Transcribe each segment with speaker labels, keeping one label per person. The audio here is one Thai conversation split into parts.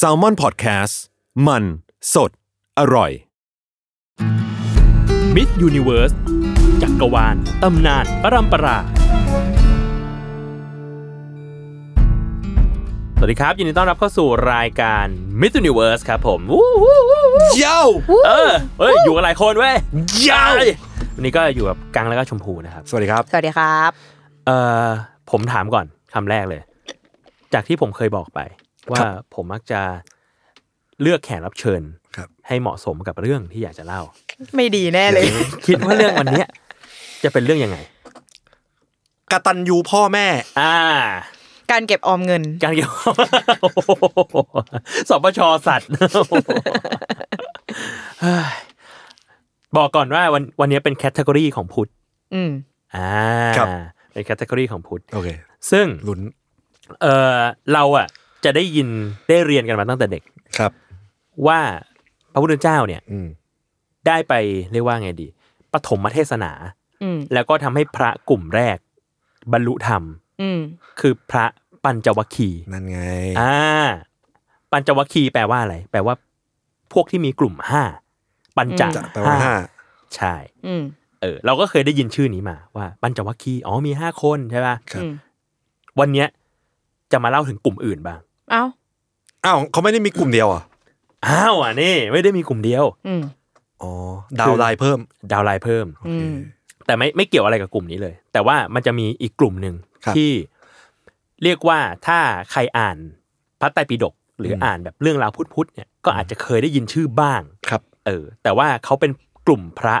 Speaker 1: s a l m o n PODCAST มันสดอร่อย
Speaker 2: มิสยูนิเวิร์สจักรวาล ตำนาน ปรัมปรา สวัสดีครับ ยินดีต้อนรับเข้าสู่รายการมิสยูนิเวิร์สครับผมวู้วู้วู้วู้
Speaker 1: เย้า
Speaker 2: เออเฮ้ย อยู่กันหลายคนเว้ย
Speaker 1: ยาว
Speaker 2: เอ้วันนี้ก็อยู่กับกังแล้วก็ชมพูนะครับ
Speaker 1: สวัสดีครับ
Speaker 3: สวัสดีครับ
Speaker 2: เอ่อผมถามก่อนคำแรกเลย จากที่ผมเคยบอกไป ว่าผมมักจะเลือกแขกรับเชิญ
Speaker 1: ครับ
Speaker 2: ให้เหมาะสมกับเรื่องที่อยากจะเล่า
Speaker 3: ไม่ดีแน่เลย
Speaker 2: คิดว่าเรื่องวันเนี้ยจะเป็นเรื่องยังไง
Speaker 1: กตันยูพ่อแม่
Speaker 2: อ่า
Speaker 3: การเก็บออมเงิน
Speaker 2: การเกี่ยว โอ้โหสปชสัตว์ เฮ้ยบอกก่อนว่าวันวันนี้เป็นแคตตากรีของพุทธ
Speaker 3: อืม
Speaker 2: อ่า
Speaker 1: ครับ
Speaker 2: เป็นแคตตากรีของพุทธ
Speaker 1: โอเค
Speaker 2: ซึ่ง
Speaker 1: ลุ้น
Speaker 2: เออเราอ่ะจะได้ยินได้เรียนกันมาตั้งแต่เด็ก
Speaker 1: ครับ
Speaker 2: ว่าพระพุทธเจ้าเนี่ย
Speaker 1: อืม
Speaker 2: ได้ไปเรียกว่าไงดีปฐมเทศนา
Speaker 3: อืม
Speaker 2: แล้วก็ทำให้พระกลุ่มแรก บรรลุธรรม
Speaker 3: อืม
Speaker 2: คือพระปัญจวัคคีย์
Speaker 1: นั่นไง
Speaker 2: อ่า ปัญจวัคคีย์แปลว่าอะไร แปลว่า พวกที่มีกลุ่มห้าปัญจ
Speaker 1: จะแปลว่าห้า
Speaker 2: ใช่
Speaker 3: อืม
Speaker 2: เออ เราก็เคยได้ยินชื่อนี้มาว่า ปัญจวัคคีย์อ๋อมีห้าคนใช่ป่ะ
Speaker 1: ครับ
Speaker 3: อืม
Speaker 2: วันเนี้ยจะมาเล่าถึงกลุ่มอื่นบ้าง
Speaker 3: เอ้า
Speaker 1: อ้าวเขาไม่ได้มีกลุ่มเดียวเหรอ่ะ
Speaker 2: อ้าวอ่ะนี่ ไม่ได้มีกลุ่มเดียว
Speaker 3: อืม
Speaker 1: อ๋อ ดาวน์ไลน์เพิ่ม
Speaker 2: ดาวน์ไลน์เพิ่ม
Speaker 3: อืม
Speaker 2: แต่ไม่ไม่เกี่ยวอะไรกับกลุ่มนี้เลย แต่ว่ามันจะมีอีกกลุ่มหนึ่ง
Speaker 1: ครับ
Speaker 2: ที่เรียกว่าถ้าใครอ่านพระไตรปิฎกหรือออ่านแบบเรื่องราวพุทธๆเนี่ยก็อาจจะเคยได้ยินชื่อบ้าง
Speaker 1: ครับ
Speaker 2: เออแต่ว่าเขาเป็นกลุ่มพระ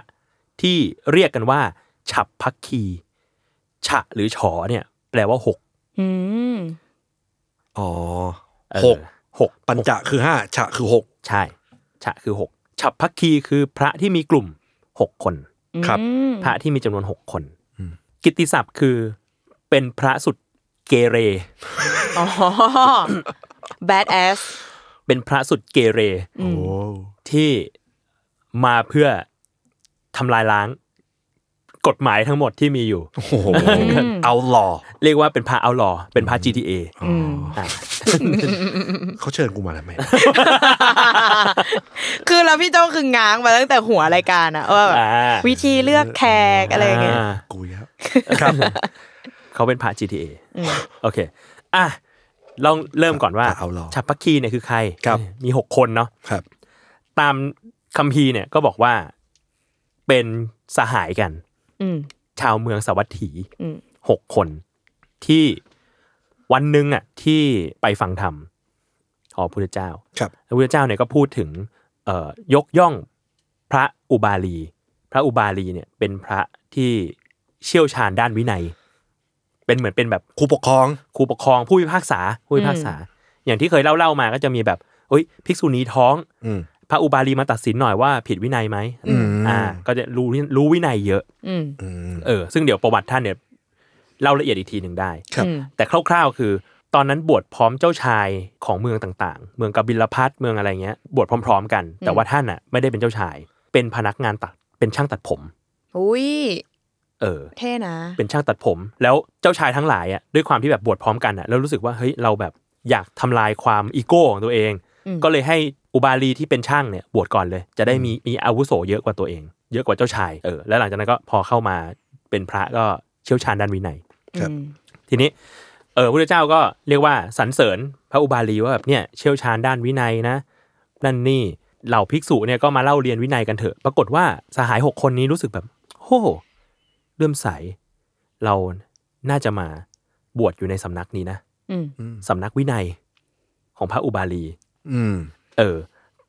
Speaker 2: ที่เรียกกันว่า ฉับพักคี ฉะหรือฉอเนี่ย แปลว่าหก
Speaker 3: อืม
Speaker 1: อ๋อ
Speaker 2: เออ
Speaker 1: หก
Speaker 2: หก
Speaker 1: ปัญจะคือห้าฉะคือหก
Speaker 2: ใช่ ฉะคือหกฉับพักคีคือพระที่มีกลุ่มหกคน
Speaker 1: ครับ
Speaker 2: พระที่มีจำนวนหกคน
Speaker 1: อืม
Speaker 2: กิตติศัพท์คือเป็นพระสุดเกเร
Speaker 3: อ๋อ bad ass
Speaker 2: เป็นพระสุดเกเร
Speaker 3: อืม
Speaker 1: โอ้
Speaker 2: ที่มาเพื่อทำลายล้าง กฎหมายทั้งหมดที่มีอยู่
Speaker 1: โห เอาหล่อ
Speaker 2: เรียกว่าเป็นพระเอาลอเป็นพระ GTA
Speaker 1: อ
Speaker 3: อืม
Speaker 2: อ่ะ
Speaker 1: เขาเชิญกูมาทำไม
Speaker 3: คือเราพี่โจ้คือง้างมาตั้งแต่หัวรายการอะว่าแบบ
Speaker 2: อ่า
Speaker 3: วิธีเลือกแขกอะไรอย่างเงี้ย
Speaker 2: อ่า
Speaker 1: กูแล้วครับ
Speaker 2: เขาเป็นพระ GTA
Speaker 3: อืม
Speaker 2: โอเค อ่ะ ลองเริ่มก่อนว่า
Speaker 1: เอาหล่อ
Speaker 2: ชับพักคีเนี่ยคือใคร
Speaker 1: ครับ
Speaker 2: มีหกคนเนาะ
Speaker 1: ครับ
Speaker 2: ตามคัมภีร์เนี่ยก็บอกว่าเป็นสหายกัน
Speaker 3: อืม
Speaker 2: ชาวเมืองสวัสถี
Speaker 3: อืม
Speaker 2: หกคนที่วันหนึ่งอ่ะที่ไปฟังธรรมของพระพุทธเจ้า
Speaker 1: ครับ
Speaker 2: พระพุทธเจ้าเนี่ยก็พูดถึงเอ่อยกย่องพระอุบาลี พระอุบาลีเนี่ยเป็นพระที่เชี่ยวชาญด้านวินัย เป็นเหมือนเป็นแบบ
Speaker 1: ครูปกครอง
Speaker 2: ครูปกครองผู้พิพากษาผู้พิพากษา อย่างที่เคยเล่าเล่าๆมาก็จะมีแบบเอ้ยภิกษุณีท้อง
Speaker 1: อืม
Speaker 2: พระอุบาลีมาตัดสินหน่อยว่าผิดวินัยไหม
Speaker 1: อืม
Speaker 2: ก็จะรู้รู้วินัยเยอะ
Speaker 3: อืม
Speaker 1: อืม
Speaker 2: เออซึ่งเดี๋ยวประวัติท่านเนี่ยเล่าละเอียดอีกทีหนึ่งได้
Speaker 1: ครับ
Speaker 3: อืม
Speaker 2: แต่คร่าวๆ คือ ตอนนั้นบวชพร้อมเจ้าชายของเมืองต่างๆ เมืองกบิลพัทเมืองอะไรเงี้ย บวชพร้อมๆ กัน แต่ว่าท่านอ่ะไม่ได้เป็นเจ้าชาย เป็นพนักงานตัดเป็นช่างตัดผม
Speaker 3: อุ้ย
Speaker 2: เออ
Speaker 3: เท่นะ
Speaker 2: เป็นช่างตัดผม แล้วเจ้าชายทั้งหลายอ่ะด้วยความที่แบบบวชพร้อมกันอ่ะแล้วรู้สึกว่าเฮ้ยเราแบบอยากทำลายความอีโก้ของตัวเอง
Speaker 3: อืม
Speaker 2: ก็เลยให้อุบาลีที่เป็นช่างเนี่ยบวชก่อนเลย จะได้มีมีอาวุโสเยอะกว่าตัวเอง เยอะกว่าเจ้าชายเออแล้วหลังจากนั้นก็พอเข้ามาเป็นพระก็เชี่ยวชาญด้านวินัย
Speaker 1: ครับ
Speaker 3: อืม
Speaker 2: ทีนี้ เออพระพุทธเจ้าก็เรียกว่าสรรเสริญพระอุบาลีว่าแบบเนี่ยเชี่ยวชาญด้านวินัยนะ นั่นนี่เหล่าภิกษุเนี่ยก็มาเล่าเรียนวินัยกันเถอะ ปรากฏว่าสหายหกคนนี้รู้สึกแบบโอ้เริ่อมใส เราน่าจะมาบวชอยู่ในสำนักนี้นะ
Speaker 3: อืม
Speaker 1: อืม
Speaker 2: สำนักวินัยของพระอุบาลี
Speaker 1: อืม
Speaker 2: เออ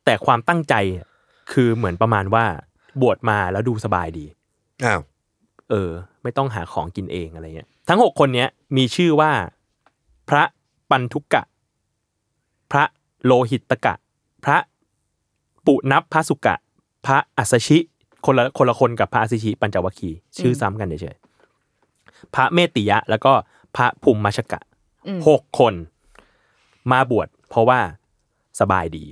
Speaker 2: แต่ความตั้งใจคือเหมือนประมาณว่าบวชมาแล้วดูสบายดี
Speaker 1: อ้าว
Speaker 2: เออ ไม่ต้องหาของกินเองอะไรเงี้ยทั้งหกคนเนี้ยมีชื่อว่า พระปันทุกกะ พระโลหิตกะ พระปุนับพระสุกะ พระอัสสชิคนละคนละคนกับพระอัสสชิปัญจวัคคีย์ชื่อซ้ำกันเฉยๆพระเมติยะ แล้วก็พระภูมิมชกะ
Speaker 3: อืม
Speaker 2: หกคนมาบวชเพราะว่าสบายดี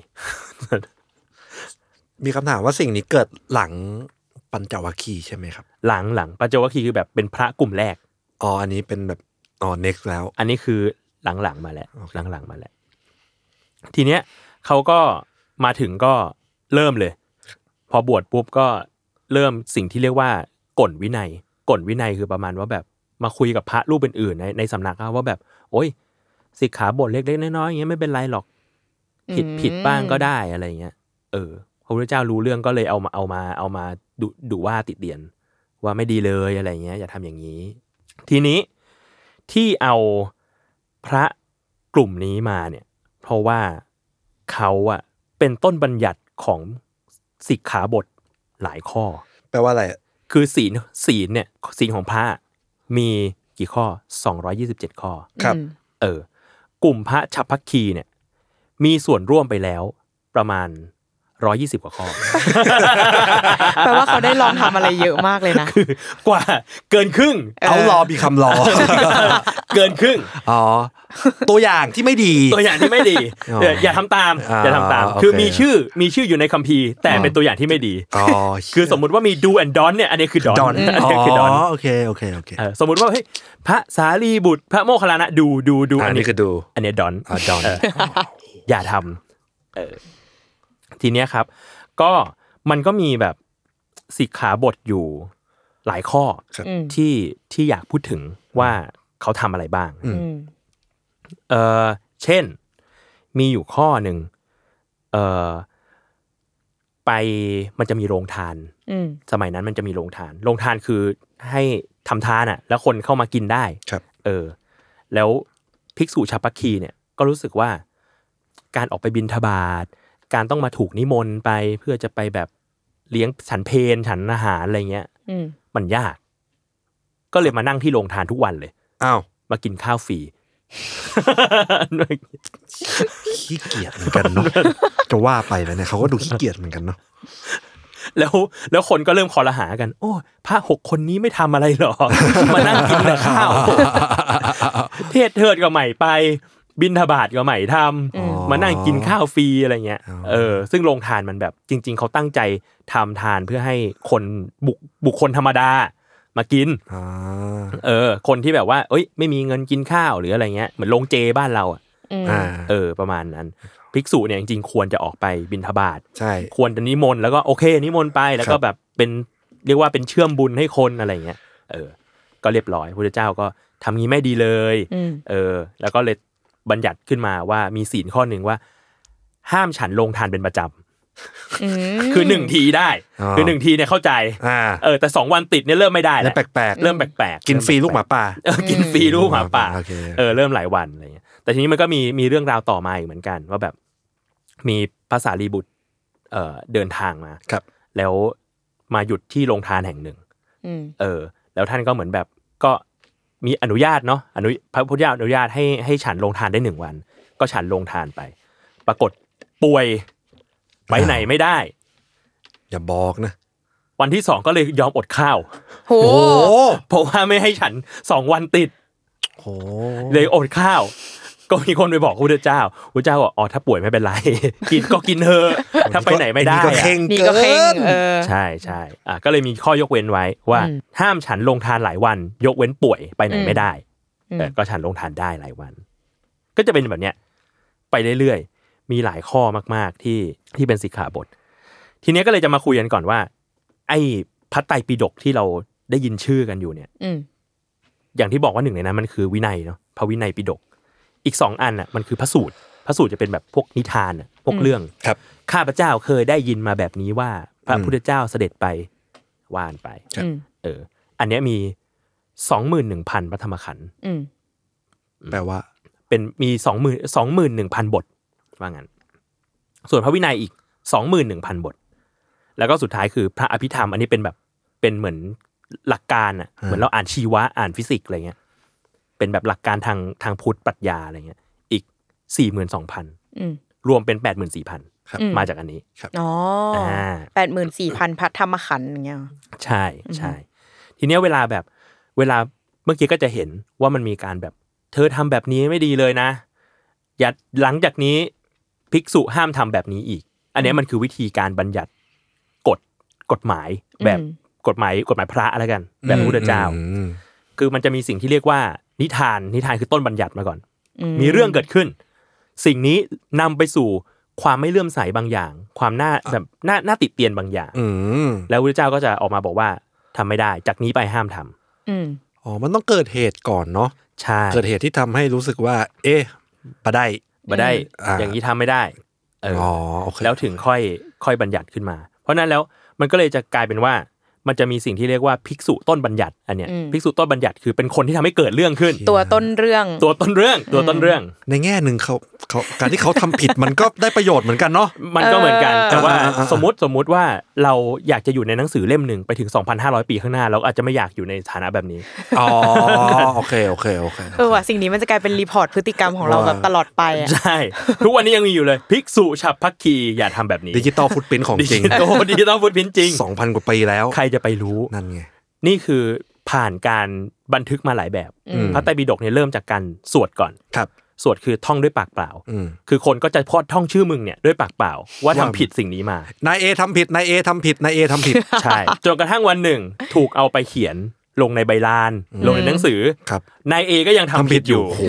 Speaker 4: มีคำถามว่าสิ่งนี้เกิดหลังปัญจวัคคีย์ใช่ไหมครับ
Speaker 2: หลังหลังปัญจวัคคีย์คือแบบเป็นพระกลุ่มแรก
Speaker 4: อ๋อ อันนี้เป็นแบบ อ๋อ next แล้ว
Speaker 2: อันนี้คือหลังหลังๆมาแล้ว
Speaker 4: โอเค
Speaker 2: หลังหลังๆมาแล้วทีเนี้ยเขาก็มาถึงก็เริ่มเลย พอบวชปุ๊บก็เริ่มสิ่งที่เรียกว่ากฎวินัยกฎวินัยคือประมาณว่าแบบมาคุยกับพระรูปอื่นๆในในสำนักอะว่าแบบ โอ้ยสิกขาบทเล็กๆน้อยๆอย่างเงี้ยไม่เป็นไรหรอก ผิดผิดบ้างก็ได้อะไรเงี้ย เออ พระพุทธเจ้ารู้เรื่องก็เลยเอามาเอามาเอามาดุดุว่าติดเดียน ว่าไม่ดีเลยอะไรเงี้ย อย่าทำอย่างนี้ ทีนี้ที่เอาพระกลุ่มนี้มาเนี่ย เพราะว่าเขาอะเป็นต้นบัญญัติของสิกขาบทหลายข้อ
Speaker 4: แปลว่าอะไร
Speaker 2: คือศีลศีลเนี่ยศีลของพระมีกี่ข้อ 227 ข้อ
Speaker 4: ครับ
Speaker 3: อืม
Speaker 2: เออกลุ่มพระชัพพคีเนี่ย มีส่วนร่วมไปแล้วประมาณร้อยี่สิบกว่าข้อ
Speaker 3: แปลว่าเขาได้ลองทำอะไรเยอะมากเลยนะ
Speaker 2: กว่าเกินครึ่ง
Speaker 4: เอารอมีคำรอ
Speaker 2: เกินครึ่ง
Speaker 4: อ๋อ ตัวอย่างที่ไม่ดี
Speaker 2: ตัวอย่างที่ไม่ดี
Speaker 4: อ๋อ
Speaker 2: เอออย่าทำตาม
Speaker 4: อ่า
Speaker 2: อย่าทำตาม
Speaker 4: โอเค
Speaker 2: คือมีชื่อมีชื่ออยู่ในคัมภีร์แต่
Speaker 4: อ่า
Speaker 2: เป็นตัวอย่างที่ไม่ดี
Speaker 4: อ๋อ
Speaker 2: คือสมมุติว่ามี do and don เนี่ย อันนี้คือ don
Speaker 4: ดอน
Speaker 2: อัน
Speaker 4: อ๋
Speaker 2: นี้คือ
Speaker 4: อ
Speaker 2: don
Speaker 4: โอเค โอเค โอเค
Speaker 2: เออสมมุติว่าเฮ้ยพระสารีบุตร พระโมคคัลลานะดูดูดู
Speaker 4: อันนี้คือดู
Speaker 2: อันเนี้ย don
Speaker 4: อ่าดอน
Speaker 2: เออ อย่าทำเออทีเนี้ยครับ ก็มันก็มีแบบสิกขาบทอยู่หลายข้อ
Speaker 4: ครับ
Speaker 3: อืม
Speaker 2: ที่ที่อยากพูดถึงว่าเขาทำอะไรบ้าง
Speaker 4: อืม
Speaker 3: อืม
Speaker 2: เออเช่น มีอยู่ข้อหนึ่งเออไปมันจะมีโรงทาน
Speaker 3: อืม
Speaker 2: สมัยนั้นมันจะมีโรงทาน โรงทานคือให้ทำทานอ่ะ แล้วคนเข้ามากินได้
Speaker 4: ครับ
Speaker 2: เออ แล้วภิกษุชาวปักคีเนี่ยก็รู้สึกว่าการออกไปบินทบาทการต้องมาถูกนิมนต์ไปเพื่อจะไปแบบเลี้ยงฉันเพนฉันอาหารอะไรเงี้ย
Speaker 3: อืม
Speaker 2: มันยาก ก็เลยมานั่งที่โรงทานทุกวันเลย
Speaker 4: อ้าว
Speaker 2: มากินข้าวฟรี
Speaker 4: ขี้เกียจเหมือนกันเนาะ จะว่าไปแล้วเนี่ยเขาก็ดูขี้เกียจเหมือนกันเนาะ
Speaker 2: แล้วแล้วคนก็เริ่มคอรหากัน โอ้ยพระหกคนนี้ไม่ทำอะไรหรอ มานั่งกินแต่ข้าว เทศเทิดก็ใหม่ไป บินทบาทก็ใหม่ทำ
Speaker 3: อืม
Speaker 2: มานั่งกินข้าวฟรีอะไรเงี้ย
Speaker 4: อ๋อ
Speaker 2: เออ ซึ่งโรงทานมันแบบ จริง ๆ เขาตั้งใจทำทานเพื่อให้คนบุคบุคคลธรรมดา มากิน
Speaker 4: อ่า
Speaker 2: เออ คนที่แบบว่า เอ้ย ไม่มีเงินกินข้าวหรืออะไรเงี้ยเหมือนโรงเจบ้านเราอะ
Speaker 3: อืม
Speaker 4: อ่า
Speaker 2: เออประมาณนั้นภิกษุเนี่ยจริงๆควรจะออกไปบินทบาท
Speaker 4: ใช่
Speaker 2: ควรจะนิมนต์แล้วก็โอเค นิมนต์ไปแล้ว
Speaker 4: ค
Speaker 2: ก็
Speaker 4: รับ
Speaker 2: แบบเป็นเรียกว่าเป็นเชื่อมบุญให้คนอะไรเงี้ยเออ ก็เรียบร้อยพระเจ้าก็ทำงี้ไม่ดีเลย
Speaker 3: อืม
Speaker 2: เออ แล้วก็เลยบัญญัติขึ้นมาว่ามีศีลข้อหนึ่งว่า ห้ามฉันลงทานเป็นประจ
Speaker 3: อืม
Speaker 2: ำคือหนึ่งทีได้
Speaker 4: อ๋อ
Speaker 2: คือหนึ่งทีเนี่ยเข้าใจ
Speaker 4: อ่า
Speaker 2: เออแต่สองวันติดเนี่ยเริ่มไม่ได้แล้
Speaker 4: แล้ว
Speaker 2: ว
Speaker 4: แปลกๆ
Speaker 2: เริ่มแปลกๆ
Speaker 4: กินฟรีลูกหมาป่า
Speaker 2: เออกินฟรีลูกหมาป่า
Speaker 4: โอเค
Speaker 2: เออเริ่มหลายวันอะไรเงี้ยแต่ทีนี้มันก็มีมีเรื่องราวต่อมาอีกเหมือนกัน ว่าแบบมีภาษารีบุตรเอ่อเดินทางมา
Speaker 4: ครับ
Speaker 2: แล้วมาหยุดที่โรงทานแห่งหนึ่ง
Speaker 3: อืม
Speaker 2: เออ แล้วท่านก็เหมือนแบบก็มีอนุญาตเนาะ อนุพระพุทธเจ้าอนุญาตให้ให้ฉันโรงทานได้หนึ่งวัน ก็ฉันโรงทานไป ปรากฏป่วยไปไหนไม่ได้
Speaker 4: อย่าบอกนะ
Speaker 2: วันที่สองก็เลยยอมอดข้าว
Speaker 3: โห
Speaker 4: โอ้โห
Speaker 2: เพราะว่าไม่ให้ฉันสองวันติด
Speaker 4: โอ้โห
Speaker 2: เลยอดข้าว ก็มีคนไปบอกพระพุทธเจ้าพระเจ้าบอกอ๋อถ้าป่วยไม่เป็นไร กินก็กินเถอะถ้าไปไหนไม่
Speaker 4: อั
Speaker 2: ได้
Speaker 4: ก็
Speaker 2: อะ
Speaker 4: เข่ง
Speaker 3: นี่ก็เข่ง
Speaker 4: เกิน
Speaker 3: เออ
Speaker 2: ใช่ใช่อ่ะก็เลยมีข้อยกเว้นไว้ว่า
Speaker 3: อืม
Speaker 2: ห้ามฉันลงทานหลายวัน ยกเว้นป่วยไปไหน
Speaker 3: อืม
Speaker 2: ไม่ได้
Speaker 3: อืม
Speaker 2: แต่ก็ฉันลงทานได้หลายวัน ก็จะเป็นแบบเนี้ยไปเรื่อยๆ มีหลายข้อมากๆที่ที่เป็นสิกขาบท ทีเนี้ยก็เลยจะมาคุยกันก่อนว่า ไอ้พระไตรปิฎกที่เราได้ยินชื่อกันอยู่เนี่ย
Speaker 3: อืม
Speaker 2: อย่างที่บอกว่าหนึ่งในนั้นมันคือวินัยเนาะพระวินัยปิฎกอีกสองอันอ่ะมันคือพระสูตรพระสูตรจะเป็นแบบพวกนิทานอะพวกเรื่อง
Speaker 4: ครับ
Speaker 2: ข้าพเจ้าเคยได้ยินมาแบบนี้ว่า พระพุทธเจ้าเสด็จไปว่านไป
Speaker 3: อืม
Speaker 2: เออ อันเนี้ยมีสองหมื่นหนึ่งพันพระธรรมขันธ์
Speaker 3: อืม
Speaker 4: แปลว่า
Speaker 2: เป็นมีสองหมื่นสองหมื่นหนึ่งพันบท ว่างั้น ส่วนพระวินัยอีกสองหมื่นหนึ่งพันบท แล้วก็สุดท้ายคือพระอภิธรรม อันนี้เป็นแบบเป็นเหมือนหลักการอ่ะ
Speaker 4: อ่า
Speaker 2: เหมือนเราอ่านชีวะอ่านฟิสิกส์อะไรเงี้ย เป็นแบบหลักการทางทางพุทธปรัชญาอะไรเงี้ย อีกสี่หมื่นสองพัน
Speaker 3: อืม
Speaker 2: รวมเป็นแปดหมื่นสี่พัน
Speaker 4: ครับ
Speaker 3: อื
Speaker 2: มาจากอันนี้
Speaker 3: อ๋อ
Speaker 2: อ่า
Speaker 3: แปดหมื่นสี่พันพัทธรรมขันธ์อย่างเงี้ยเหรอ
Speaker 2: ใช่ใช่ ทีเนี้ยเวลาแบบเวลาเมื่อกี้ก็จะเห็นว่ามันมีการแบบ เธอทำแบบนี้ไม่ดีเลยนะ อย่าหลังจากนี้ภิกษุห้ามทำแบบนี้อีก อันเนี้ยมันคือวิธีการบัญญัติกฎกฎหมายแบบ
Speaker 3: อืม
Speaker 2: กฎหมายกฎหมายพระอะไรกัน แบบพระพุทธเจ้า
Speaker 4: อืม
Speaker 2: คือมันจะมีสิ่งที่เรียกว่านิทานนิทานคือต้นบัญญัติมาก่อน
Speaker 3: อื
Speaker 2: มีเรื่องเกิดขึ้น สิ่งนี้นำไปสู่ความไม่เลื่อมใสบางอย่าง ความน่าแบบน่าน่าติดเตียนบางอย่าง
Speaker 4: อืม
Speaker 2: แล้วพระเจ้าก็จะออกมาบอกว่าทำไม่ได้ จากนี้ไปห้ามทำ
Speaker 3: อืม
Speaker 4: อ๋อ มันต้องเกิดเหตุก่อนเนาะ
Speaker 2: ใช่
Speaker 4: เกิดเหตุที่ทำให้รู้สึกว่า เอ๊ะปะได้
Speaker 2: มาได้
Speaker 4: อ่า
Speaker 2: อย่างนี้ทำไม่ได้เอออ
Speaker 4: อ๋อ โอเค
Speaker 2: แล้วถึงค่อยค่อยบัญญัติขึ้นมา เพราะฉะนั้นแล้วมันก็เลยจะกลายเป็นว่า มันจะมีสิ่งที่เรียกว่าภิกษุต้นบัญญัติอันเนี้ย
Speaker 3: อืม
Speaker 2: ภิกษุต้นบัญญัติคือเป็นคนที่ทำให้เกิดเรื่องขึ้น
Speaker 3: ตัวต้นเรื่อง
Speaker 2: ตัวต้นเรื่องตัวต้นเรื่อง
Speaker 4: ในแง่หนึ่งเขาเขาการที่เขาทำผิด มันก็ได้ประโยชน์เหมือนกันเนาะ
Speaker 2: มันก็เหมือนกัน
Speaker 3: เออ
Speaker 2: แต่ว่า
Speaker 4: อ่าอ่าอ่า
Speaker 2: สมมติสมมุติว่าเราอยากจะอยู่ในหนังสือเล่มหนึ่งไปถึง 2,500 ปีข้างหน้า เราอาจจะไม่อยากอยู่ในฐานะแบบนี้
Speaker 4: อ๋อ โอเค โอเค โอเค
Speaker 3: เออว่ะสิ่งนี้มันจะกลายเป็นรีพอร์ตพฤติกรรมของเรา
Speaker 4: ว่า
Speaker 3: แบบตลอดไปอ่ะ
Speaker 2: ใช่ ทุกวันนี้ยังมีอยู่เลย ภิกษุฉับพักคีอย่าทำแบบนี้
Speaker 4: ดิจิตอลฟุตปรินของจริง
Speaker 2: โต ดิจิตอลฟุตพินจริง
Speaker 4: สองพันกว่าปีแล้ว
Speaker 2: ใครจะไปรู้
Speaker 4: นั่นไง
Speaker 2: นี่คือผ่านการบันทึกมาหลายแบบ
Speaker 4: อืม
Speaker 2: พระไตรปิฎกเนี่ยเริ่มจากการสวดก่อน
Speaker 4: ครับ
Speaker 2: สวดคือท่องด้วยปากเปล่า
Speaker 4: อืม
Speaker 2: คือคนก็จะพอดท่องชื่อมึงเนี่ยด้วยปากเปล่า ว่าทำ
Speaker 4: ว่า
Speaker 2: ผิดสิ่ง นี้มา
Speaker 4: นายเอทำผิด นายเอทำผิด นายเอทำผิด
Speaker 2: ใช่ จนกระทั่งวันหนึ่ง ถูกเอาไปเขียนลงในใบลาน ลงในหนังสือ
Speaker 4: ครับ
Speaker 2: นายเอก็ยังทำผิดอยู่
Speaker 4: โอ้โห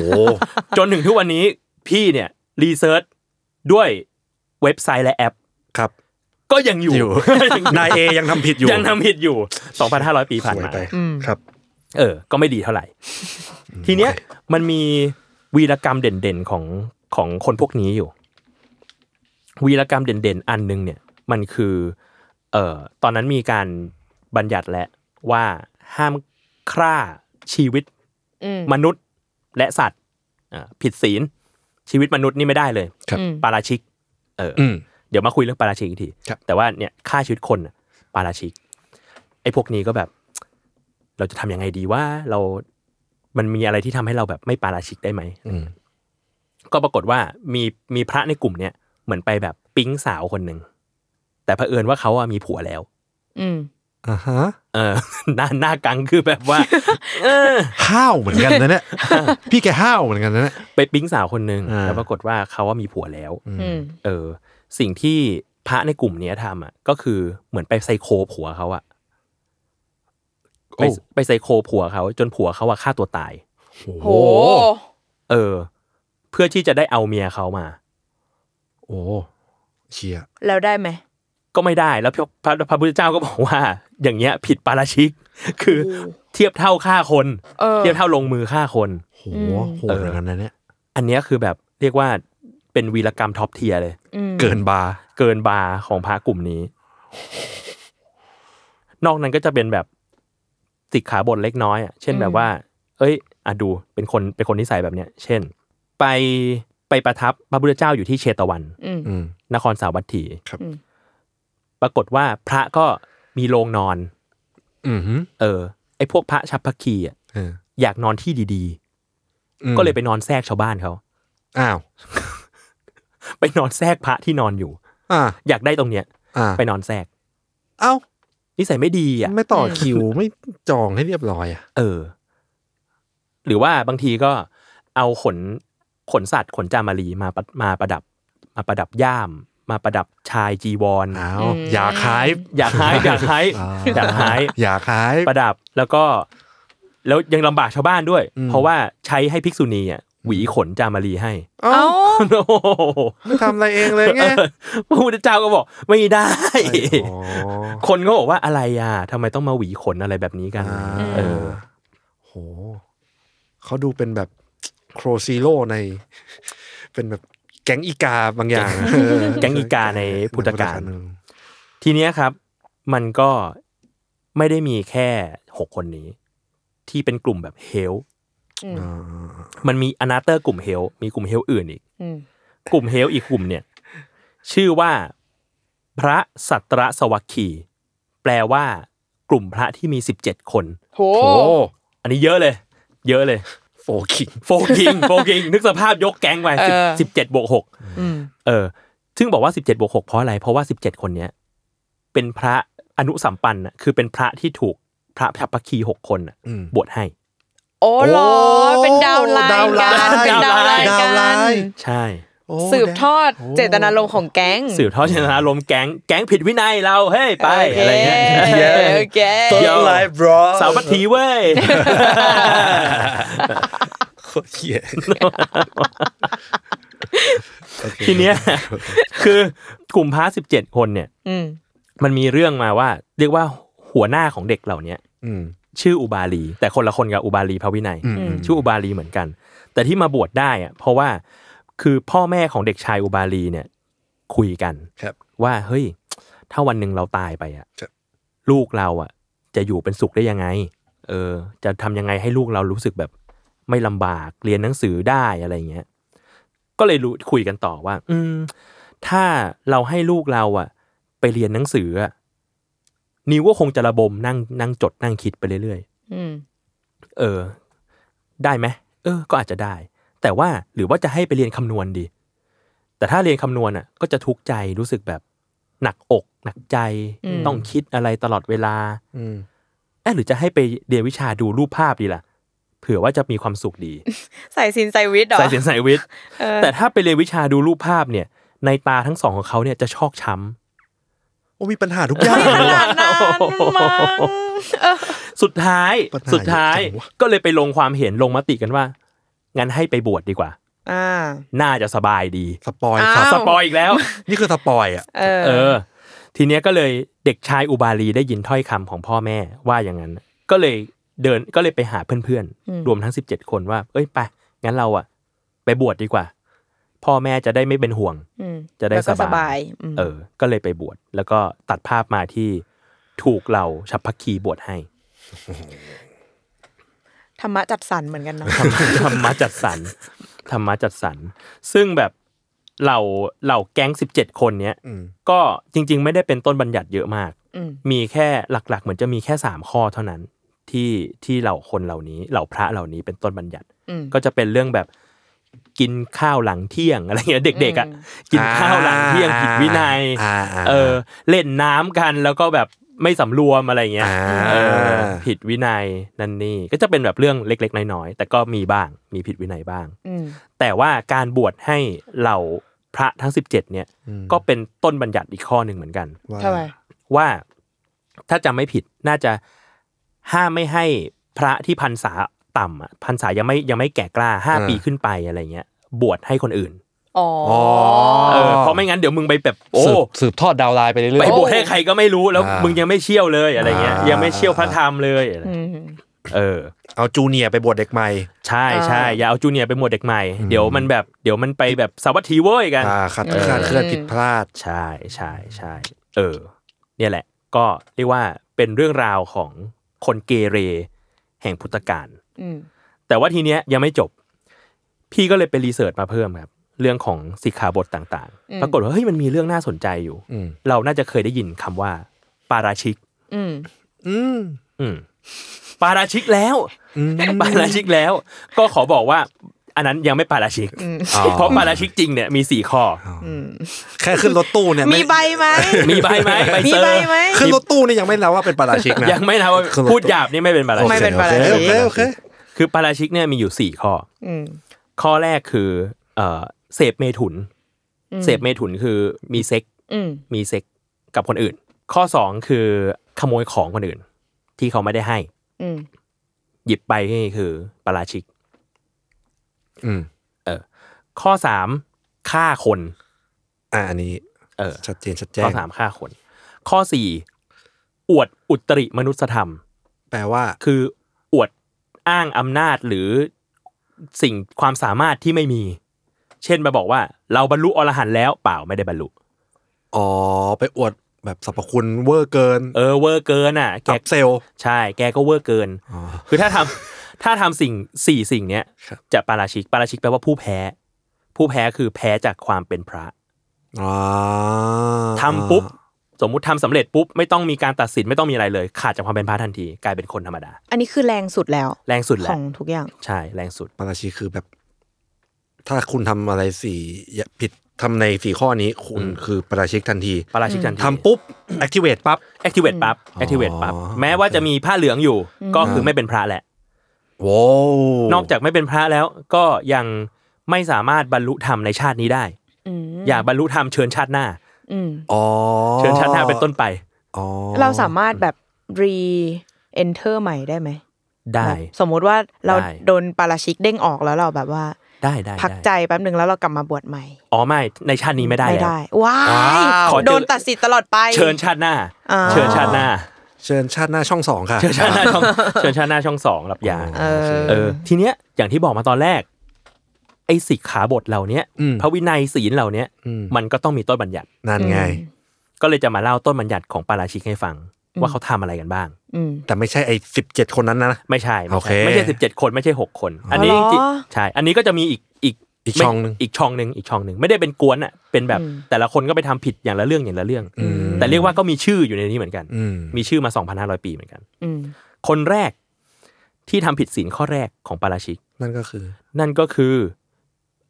Speaker 2: จนถึงทุกวันนี้พี่เนี่ยรีเสิร์ชด้วยเว็บไซต์และแอป
Speaker 4: ครับ
Speaker 2: ก็ยัง อยู่
Speaker 4: อยู่ นายเอยังทำผิดอยู่
Speaker 2: ยังทำผิดอยู่ 2,500 ปีผ่าน
Speaker 4: สวย
Speaker 2: มา
Speaker 4: ไปครับ
Speaker 2: เออ ก็ไม่ดีเท่าไหร่ ทีเนี้ยมันมีวีรกรรมเด่นๆของของคนพวกนี้อยู่ วีรกรรมเด่นๆ อันหนึงเนี่ย มันคือ เอ่อ ตอนนั้นมีการบัญญัติและว่าห้ามฆ่าชีวิต
Speaker 3: อืม
Speaker 2: มนุษย์และสัตว์อ่าผิดศีล ชีวิตมนุษย์นี่ไม่ได้เลย
Speaker 4: ครับ
Speaker 3: อืม
Speaker 2: ปาราชิก เอออ
Speaker 4: อืม
Speaker 2: เดี๋ยวมาคุยเรื่องปาราชิกอีกที
Speaker 4: ครับ
Speaker 2: แต่ว่าเนี่ยฆ่าชีวิตคนน่ะปาราชิก ไอ้พวกนี้ก็แบบ เราจะทำยังไงดีว่าเรา มันมีอะไรที่ทำให้เราแบบไม่ปาราชิกได้ไหม
Speaker 4: อืม
Speaker 2: ก็ปรากฏว่ามีมีพระในกลุ่มเนี่ยเหมือนไปแบบปิ๊งสาวคนหนึ่ง แต่เผอิญว่าเขาอะมีผัวแล้ว
Speaker 3: อืม
Speaker 4: อ่าฮะ
Speaker 2: เออ หน้าหน้ากังคือแบบว่า เออ
Speaker 4: ห้าวเหมือนกันนะ เนี่ย พี่แกห้าวเหมือนกันนะเนี่ย
Speaker 2: ไปปิ๊งสาวคนหนึ่ง
Speaker 4: อ่า
Speaker 2: แล้วปรากฏว่าเขาว่ามีผัวแล้ว
Speaker 3: อืม
Speaker 2: เออสิ่งที่พระในกลุ่มเนี้ยทำอ่ะก็คือเหมือนไปไซโคผัวเขาอ่ะ
Speaker 4: โอ้
Speaker 2: ไปไปไซโคผัวเขาจนผัวเขาอ่ะฆ่าตัวตาย
Speaker 3: โห
Speaker 2: เออ เพื่อที่จะได้เอาเมียเขามา
Speaker 4: โอ้เชีย
Speaker 3: แล้วได้ไหม
Speaker 2: ก็ไม่ได้แล้วพระพระพระพุทธเจ้าก็บอกว่า อย่างเงี้ยผิดปาราชิก คือเทียบเท่าฆ่าคน
Speaker 3: เออ
Speaker 2: เทียบเท่าลงมือฆ่าคน
Speaker 4: โห
Speaker 3: อืม
Speaker 4: โหดเหมือนกันนะเนี่ย
Speaker 2: อันเนี้ยคือแบบเรียกว่าเป็นวีรกรรมท็อปเทียเลย
Speaker 3: อืม
Speaker 4: เกินบาร์
Speaker 2: เกินบาร์ของพระกลุ่มนี้ นอกนั้นก็จะเป็นแบบสิกขาบทเล็กน้อยอ่ะ เช่นแบบว่า เอ้ยอ่ะดู เป็นคน เป็นคนนิสัยแบบเนี้ย เช่น ไป ไปประทับพระพุทธเจ้าอยู่ที่เชตวัน
Speaker 3: อืม
Speaker 4: อืม
Speaker 2: นครสาวัตถี
Speaker 4: ครับ
Speaker 3: อืม
Speaker 2: ปรากฏว่าพระก็มีโรงนอน
Speaker 4: อืมฮึ
Speaker 2: เออ ไอ้พวกพระชัพพคีอ่ะ
Speaker 4: เออ
Speaker 2: อยากนอนที่ดี
Speaker 4: อืม
Speaker 2: ๆ ก็เลยไปนอนแทรกชาวบ้านเขา
Speaker 4: อ้าว
Speaker 2: ไปนอนแทรกพระที่นอนอยู่
Speaker 4: อ่า
Speaker 2: อยากได้ตรงเนี้ย
Speaker 4: อ่า
Speaker 2: ไปนอนแทรก
Speaker 4: เอ้า
Speaker 2: นิสัยไม่ดีอ่ะ
Speaker 4: ไม่ต่อคิวไม่จองให้เรียบร้อยอ่ะ
Speaker 2: เออ หรือว่าบางทีก็เอาขนขนสัตว์ขนจามารีมาประมาประดับ มาประดับย่าม มาประดับชายจีวร
Speaker 4: อ้าว อย่าขาย
Speaker 2: อยากหายอยากหาย
Speaker 4: อ่า
Speaker 2: อยากหาย
Speaker 4: อย่าขาย
Speaker 2: ประดับแล้วก็ แล้วยังลำบากชาวบ้านด้วย
Speaker 4: อืม
Speaker 2: เพราะว่าใช้ให้ภิกษุณีอ่ะหวีขนจามารีให้
Speaker 4: เอ้า
Speaker 3: เอ้า
Speaker 2: โอ้โห
Speaker 4: ไม่ทำอะไรเองเลยไง
Speaker 2: พระพุทธเจ้าก็บอก ไม่ได้
Speaker 4: อ๋อ
Speaker 2: คนก็บอกว่าอะไรอ่ะทำไมต้องมาหวีขนอะไรแบบนี้กัน
Speaker 4: อ่า
Speaker 2: เออ
Speaker 4: โหเขาดูเป็นแบบโครซีโร่ใน เป็นแบบแก๊งอีกาบางอย่างนะเอ
Speaker 2: แก๊งอีกาในพุทธกาล ทีเนี้ยครับ มันก็ไม่ได้มีแค่หกคนนี้ ที่เป็นกลุ่มแบบเฮล
Speaker 4: อ่า
Speaker 2: มันมีอนาเตอร์กลุ่มเฮลมีกลุ่มเฮลอื่นอีก
Speaker 3: อืม
Speaker 2: กลุ่มเฮลอีกกลุ่มเนี่ย ชื่อว่าพระสัตรสวัคคี แปลว่ากลุ่มพระที่มีสิบเจ็ดคน
Speaker 3: โห
Speaker 4: โอ้
Speaker 2: อันนี้เยอะเลย เยอะเลย
Speaker 4: โฟกิง
Speaker 2: โฟกิงโฟกิงนึกสภาพยกแก๊งไป
Speaker 3: เออ
Speaker 2: สิบเจ็ดบวกหก
Speaker 3: อืม
Speaker 2: เออ ซึ่งบอกว่าสิบเจ็ดบวกหกเพราะอะไร เพราะว่าสิบเจ็ดคนเนี้ยเป็นพระอนุสัมปันน่ะคือเป็นพระที่ถูกพระชัพพคีหกคนน่ะ
Speaker 4: อืม
Speaker 2: บวชให้
Speaker 3: โอ้เหรอเป็นดาวไลน์
Speaker 4: ดาวไลน์
Speaker 3: กันเป็นดาวไลน์
Speaker 4: ดาวไล
Speaker 3: กัน
Speaker 4: น์
Speaker 2: ใช่
Speaker 4: โอ้
Speaker 3: สืบทอด
Speaker 4: โ
Speaker 3: เจตนารมณ์ของแก๊ง
Speaker 2: สืบทอดเจตนารมณ์แก๊งแก๊งผิดวินัยเราเฮ้ยไป
Speaker 3: โค
Speaker 2: อะไรเงี้ย
Speaker 3: โอเค
Speaker 4: เฟิร์สไลฟ์บรอ
Speaker 2: สาวบัตทีเว้ย
Speaker 4: โคตรเหี้ยโอค
Speaker 2: ทีเนี้ย คือกลุ่มพระสิบเจ็ดคนเนี่ย
Speaker 3: อืม
Speaker 2: มันมีเรื่องมาว่า เรียกว่าหัวหน้าของเด็กเหล่าเนี้ย
Speaker 4: อืม
Speaker 2: ชื่ออุบาลี แต่คนละคนกับอุบาลีพระวินัย
Speaker 4: อืม
Speaker 3: อืม
Speaker 2: ชื่ออุบาลีเหมือนกัน แต่ที่มาบวชได้อะเพราะว่าคือพ่อแม่ของเด็กชายอุบาลีเนี่ย คุยกัน
Speaker 4: ครับ
Speaker 2: ว่าเฮ้ย ถ้าวันหนึ่งเราตายไปอ่ะ
Speaker 4: ครับ
Speaker 2: ลูกเราอ่ะ จะอยู่เป็นสุขได้ยังไง เออ จะทำยังไงให้ลูกเรารู้สึกแบบ ไม่ลำบากเรียนหนังสือได้อะไรเงี้ย ก็เลยรู้คุยกันต่อว่า อืม ถ้าเราให้ลูกเราอ่ะ ไปเรียนหนังสืออะนิวก็คงจะระบมนั่งนั่งจดนั่งคิดไปเรื่อยๆ
Speaker 3: อืม
Speaker 2: เออ ได้ไหมเออ ก็อาจจะได้ แต่ว่าหรือว่าจะให้ไปเรียนคำนวณดี แต่ถ้าเรียนคำนวณอ่ะ ก็จะทุกข์ใจรู้สึกแบบ หนักอก หนักใจ
Speaker 3: อืม
Speaker 2: ต้องคิดอะไรตลอดเวลา
Speaker 4: อืม
Speaker 2: เอะหรือจะให้ไปเรียนวิชาดูรูปภาพดีล่ะ เผื่อว่าจะมีความสุขดี
Speaker 3: ใส่สินใส่วิทย์เหรอ
Speaker 2: สายเสียนสายวิทย์
Speaker 3: เออ
Speaker 2: แต่ถ้าไปเรียนวิชาดูรูปภาพเนี่ย ในตาทั้งสองของเขาเนี่ยจะชอกช้
Speaker 4: โอ้มีปัญหาทุกอย่าง
Speaker 3: ข
Speaker 4: เลยว่ะ
Speaker 3: นาดนั้นมั้งเออ
Speaker 2: ำสุดท้าย
Speaker 4: ปัญหา
Speaker 2: สุดท้าย
Speaker 4: เยอะจังวะ
Speaker 2: ก็เลยไปลงความเห็นลงมติกันว่า งั้นให้ไปบวชดีกว่า
Speaker 3: อ่า
Speaker 2: น่าจะสบายดี
Speaker 4: สปอย
Speaker 3: อ้าว
Speaker 4: ครับ
Speaker 2: สปอยอีกแล้ว
Speaker 4: นี่คือสปอยอ่ะ
Speaker 3: เออ
Speaker 2: เออ ทีเนี้ยก็เลยเด็กชายอุบาลีได้ยินถ้อยคำของพ่อแม่ว่าอย่างนั้น ก็เลยเดินก็เลยไปหาเพื่อน
Speaker 3: อืม
Speaker 2: ๆ รวมทั้งสิบเจ็ดคนว่า เอ้ยไปงั้นเราอะไปบวชดีกว่า พ่อแม่จะได้ไม่เป็นห่วง
Speaker 3: ม
Speaker 2: จะได้
Speaker 3: แล้วก็
Speaker 2: ส
Speaker 3: ส
Speaker 2: บา
Speaker 3: บาย ยอืม
Speaker 2: เออ ก็เลยไปบวชแล้วก็ตัดภาพมาที่ถูกเราชัพพคีบวชให้
Speaker 3: ธรรมะจัดสรรเหมือนกันเนาะ
Speaker 2: ธรรมะธรรมะจัดสรรธรรมะจัดสรรซึ่งแบบเหล่าเหล่าแก๊งสิบเจ็ดคนเนี้ย
Speaker 4: อืม
Speaker 2: ก็จริง ๆ ไม่ได้เป็นต้นบัญญัติเยอะมาก
Speaker 3: อืม
Speaker 2: มีแค่หลัก ๆ เหมือนจะมีแค่สามข้อเท่านั้น ที่ที่เหล่าคนเหล่านี้ เหล่าพระเหล่านี้เป็นต้นบัญญัติ
Speaker 3: อืม
Speaker 2: ก็จะเป็นเรื่องแบบกินข้าวหลังเที่ยงอะไรเงี้ยเด็ก ๆอ่ะกินข้าวหลังเที่ยงผิดวินัย
Speaker 4: อ่าา
Speaker 2: เออเล่นน้ำกันแล้วก็แบบไม่สำรวมอะไรเงี้ย
Speaker 4: อ่า
Speaker 2: เออผิดวินัยนั่นนี่ก็จะเป็นแบบเรื่องเล็ก ๆ น้อยๆแต่ก็มีบ้างมีผิดวินัยบ้าง
Speaker 3: อืม
Speaker 2: แต่ว่าการบวชให้เหล่าพระทั้ง 17 เนี่ย ก็เป็นต้นบัญญัติอีกข้อหนึ่งเหมือนกัน
Speaker 4: ว่า
Speaker 3: ทำไม
Speaker 2: ว่าถ้าจำไม่ผิดน่าจะห้ามไม่ให้พระที่พรรษาต่ำอะพรรษายังไม่ยังไม่แก่กล้าห้าปีขึ้นไปอะไรเงี้ย บวชให้คนอื่น
Speaker 3: อ๋ออ
Speaker 2: เออเพราะไม่งั้นเดี๋ยวมึงไปแบบโอ้
Speaker 5: สืบสืบทอดดาวน์ไลน์ไปเรื่
Speaker 2: ไป
Speaker 5: อย
Speaker 2: บวชให้ใครก็ไม่รู้แล้ว
Speaker 4: อ่ามึ
Speaker 2: มึงยังไม่เชี่ยวเลยอะไรเงี้ย
Speaker 4: อ่ายั
Speaker 2: ยังไม่เชี่ยวพระธรรมเลยอะไร
Speaker 3: อืม
Speaker 2: เออ
Speaker 4: เอาจูเนียร์ไปบวชเด็กใหม่
Speaker 2: ใช่ใช่
Speaker 3: อ่า
Speaker 2: อย่าเอาจูเนียร์ไปหมวดเด็กใหม่
Speaker 4: อืม
Speaker 2: เดี๋ยวมันแบบเดี๋ยวมันไปแบบสวัสดีเว้ยกัน
Speaker 4: อ่าขัด
Speaker 3: เออ
Speaker 4: คลาดเคลื่อนผิดพลาด
Speaker 2: ใช่ใช่ใช่เออ เนี่ยแหละ ก็เรียกว่าเป็นเรื่องราวของคนเกเร แห่งพุทธกาล
Speaker 3: อืม
Speaker 2: แต่ว่าทีเนี้ยยังไม่จบ พี่ก็เลยไปรีเสิร์ชมาเพิ่มครับ เรื่องของสิกขาบทต่าง
Speaker 3: อืม
Speaker 2: ๆ ปรากฏว่าเฮ้ยมันมีเรื่องน่าสนใจอยู่
Speaker 4: อืม
Speaker 2: เราน่าจะเคยได้ยินคำว่า ปาราชิก
Speaker 3: อืม
Speaker 4: อืม
Speaker 2: อืมปาราชิกแล้ว
Speaker 4: อืม
Speaker 2: ปาราชิกแล้ว ก็ขอบอกว่า อันนั้นยังไม่ปาราชิก
Speaker 3: อืม
Speaker 2: เพราะปาราชิกจริงเนี่ยมีสี่ข้อ
Speaker 4: แค่ขึ้นรถตู้เนี่ย
Speaker 3: มี
Speaker 4: ไม่
Speaker 3: ใบไหม
Speaker 2: มีใบไหมใบ
Speaker 3: มี
Speaker 2: เซอ
Speaker 3: ใบ
Speaker 2: ร์
Speaker 3: ไหม
Speaker 4: ขึ้นรถตู้เนี่ยยังไม่แล้วว่าเป็นปาราชิกนะ
Speaker 2: ยังไม่นะว่า
Speaker 4: คือรถ
Speaker 2: พูดหยาบนี่ไม่เป็นปารา
Speaker 4: โอ
Speaker 3: ไม่
Speaker 4: ค
Speaker 2: ชิก
Speaker 3: เป็นปาราชิก
Speaker 4: โอเคโอเค
Speaker 2: คือปาราชิกเนี่ยมีอยู่สี่ข้อ
Speaker 3: อืม
Speaker 2: ข้อแรกคือเอ่อเสพเมถุน
Speaker 3: อืม
Speaker 2: เสพเมถุนคือมีเซ็ก
Speaker 3: อืม
Speaker 2: มีเซ็กกับคนอื่น ข้อสองคือขโมยของคนอื่น ที่เขาไม่ได้ให้
Speaker 3: อืม
Speaker 2: หยิบไปนี่คือปาราชิก
Speaker 4: อืม
Speaker 2: ข้อสามฆ่าคน
Speaker 4: อ่าอันนี้
Speaker 2: เออ
Speaker 4: ชัดเจนชัดแจ้
Speaker 2: ข้อง สามฆ่าคน ข้อสี่อวดอุตริมนุสธรรม
Speaker 4: แปลว่า
Speaker 2: คืออวดอ้างอำนาจหรือสิ่งความสามารถที่ไม่มี เช่นมาบอกว่า เราบรรลุอรหันต์แล้วเปล่าไม่ได้บรรลุ
Speaker 4: อ๋อไปอวดแบบสรรพคุณเวอร์เกิน
Speaker 2: เออเวอร์เกินอ่ะแก
Speaker 4: กับเซลล์
Speaker 2: ใช่ แกก็เวอร์เกิน
Speaker 4: อ๋อ
Speaker 2: คือถ้าทำ ถ้าทำ สิ่งสี่สิ่งเนี้ย
Speaker 4: ครับ
Speaker 2: จะปาราชิกปาราชิกแปลว่าผู้แพ้ ผู้แพ้คือแพ้จากความเป็นพระ
Speaker 4: อ๋อ
Speaker 2: ทำปุ๊บ สมมุติทำสำเร็จปุ๊บไม่ต้องมีการตัดสินไม่ต้องมีอะไรเลย ขาดจากความเป็นพระทันทีกลายเป็นคนธรรมดา
Speaker 3: อันนี้คือแรงสุดแล้ว
Speaker 2: แรงสุดแห
Speaker 3: ข
Speaker 2: ละ
Speaker 3: องทุกอย่าง
Speaker 2: ใช่แรงสุด
Speaker 4: ปาราชิกคือแบบ ถ้าคุณทำอะไรสี่อย่าผิดทำในสี่ข้อนี้ คุณ
Speaker 2: อืม
Speaker 4: คือปาราชิกทันที
Speaker 2: ปาราชิกทันที
Speaker 4: ทำปุ๊บ activate ปั๊บ
Speaker 2: แอคทีเวตปั๊บแอคทีเวตปั๊บ
Speaker 4: อ๋อ
Speaker 2: แม้ว่าจะมีผ้าเหลืองอยู่ ก็คือไม่เป็นพระแหละ
Speaker 4: โว้
Speaker 2: นอกจากไม่เป็นพระแล้วก็ยังไม่สามารถบรรลุธรรมในชาตินี้ได้
Speaker 3: อืม
Speaker 2: อยากบรรลุธรรมเชิญชาติหน้า
Speaker 3: อืม
Speaker 4: อ๋อ
Speaker 2: เชิญชาติหน้าเป็นต้นไป
Speaker 4: อ๋อ
Speaker 3: เราสามารถแบบ re enter ใหม่ได้ไหม
Speaker 2: ได้
Speaker 3: แบบสมมุติว่าเรา
Speaker 2: ได้
Speaker 3: โดนปาราชิกเด้งออกแล้วเราแบบว่า
Speaker 2: ได้ได้
Speaker 3: พักใจแป๊บหนึ่งแล้วเรากลับมาบวชใหม่
Speaker 2: อ๋อไม่ในชาตินี้ไม่ได้
Speaker 3: ไม่
Speaker 2: แล้ว
Speaker 3: ได้ว้า
Speaker 2: ว้
Speaker 3: ย
Speaker 2: าวขอเจอ
Speaker 3: โดนตัดสิทธิ์ตลอดไป
Speaker 2: เชิญชาติหน้า
Speaker 3: อ่า
Speaker 2: เชิญชาติหน้า
Speaker 4: เชิญชาติหน้าช่องสองค่ะ
Speaker 2: เชิญชาติหน้าช่อง เชิญชาติหน้าช่องสองรับยา
Speaker 3: เออ
Speaker 2: เออ ทีเนี้ยอย่างที่บอกมาตอนแรก ไอ้สิกขาบทเหล่าเนี้ย
Speaker 4: อืม
Speaker 2: พระวินัยศีลเหล่าเนี้ย
Speaker 4: อืม
Speaker 2: มันก็ต้องมีต้นบัญญัติ
Speaker 4: นั่นไง
Speaker 2: ก็เลยจะมาเล่าต้นบัญญัติของปาราชิกให้ฟัง ว่าเขาทำอะไรกันบ้าง
Speaker 3: อืม
Speaker 4: แต่ไม่ใช่ไอ้สิบเจ็ดคนนั้นนะ
Speaker 2: ไม่ใช่ไม่
Speaker 4: โอเค
Speaker 2: ใช่ไม่ใช่สิบเจ็ดคนไม่ใช่หกคน อันนี้
Speaker 3: อ๋อเหรอ
Speaker 2: จริงๆใช่ อันนี้ก็จะมีอีกอีก
Speaker 4: อีกช่องหนึ่ง
Speaker 2: ไม่อีกช่องหนึ่งอีกช่องหนึ่งไม่ได้เป็นกวนอ่ะเป็นแบบแต่ละคนก็ไปทำผิดอย่างละเรื่องอย่างละเรื่อง แต่เรียกว่าก็มีชื่ออยู่ในนี้เหมือนกัน
Speaker 4: อืม
Speaker 2: มีชื่อมา 2,500 ปีเหมือนกัน
Speaker 3: อืม
Speaker 2: คนแรกที่ทำผิดศีลข้อแรกของปาราชิก
Speaker 4: นั่นก็คือ
Speaker 2: นั่นก็คือ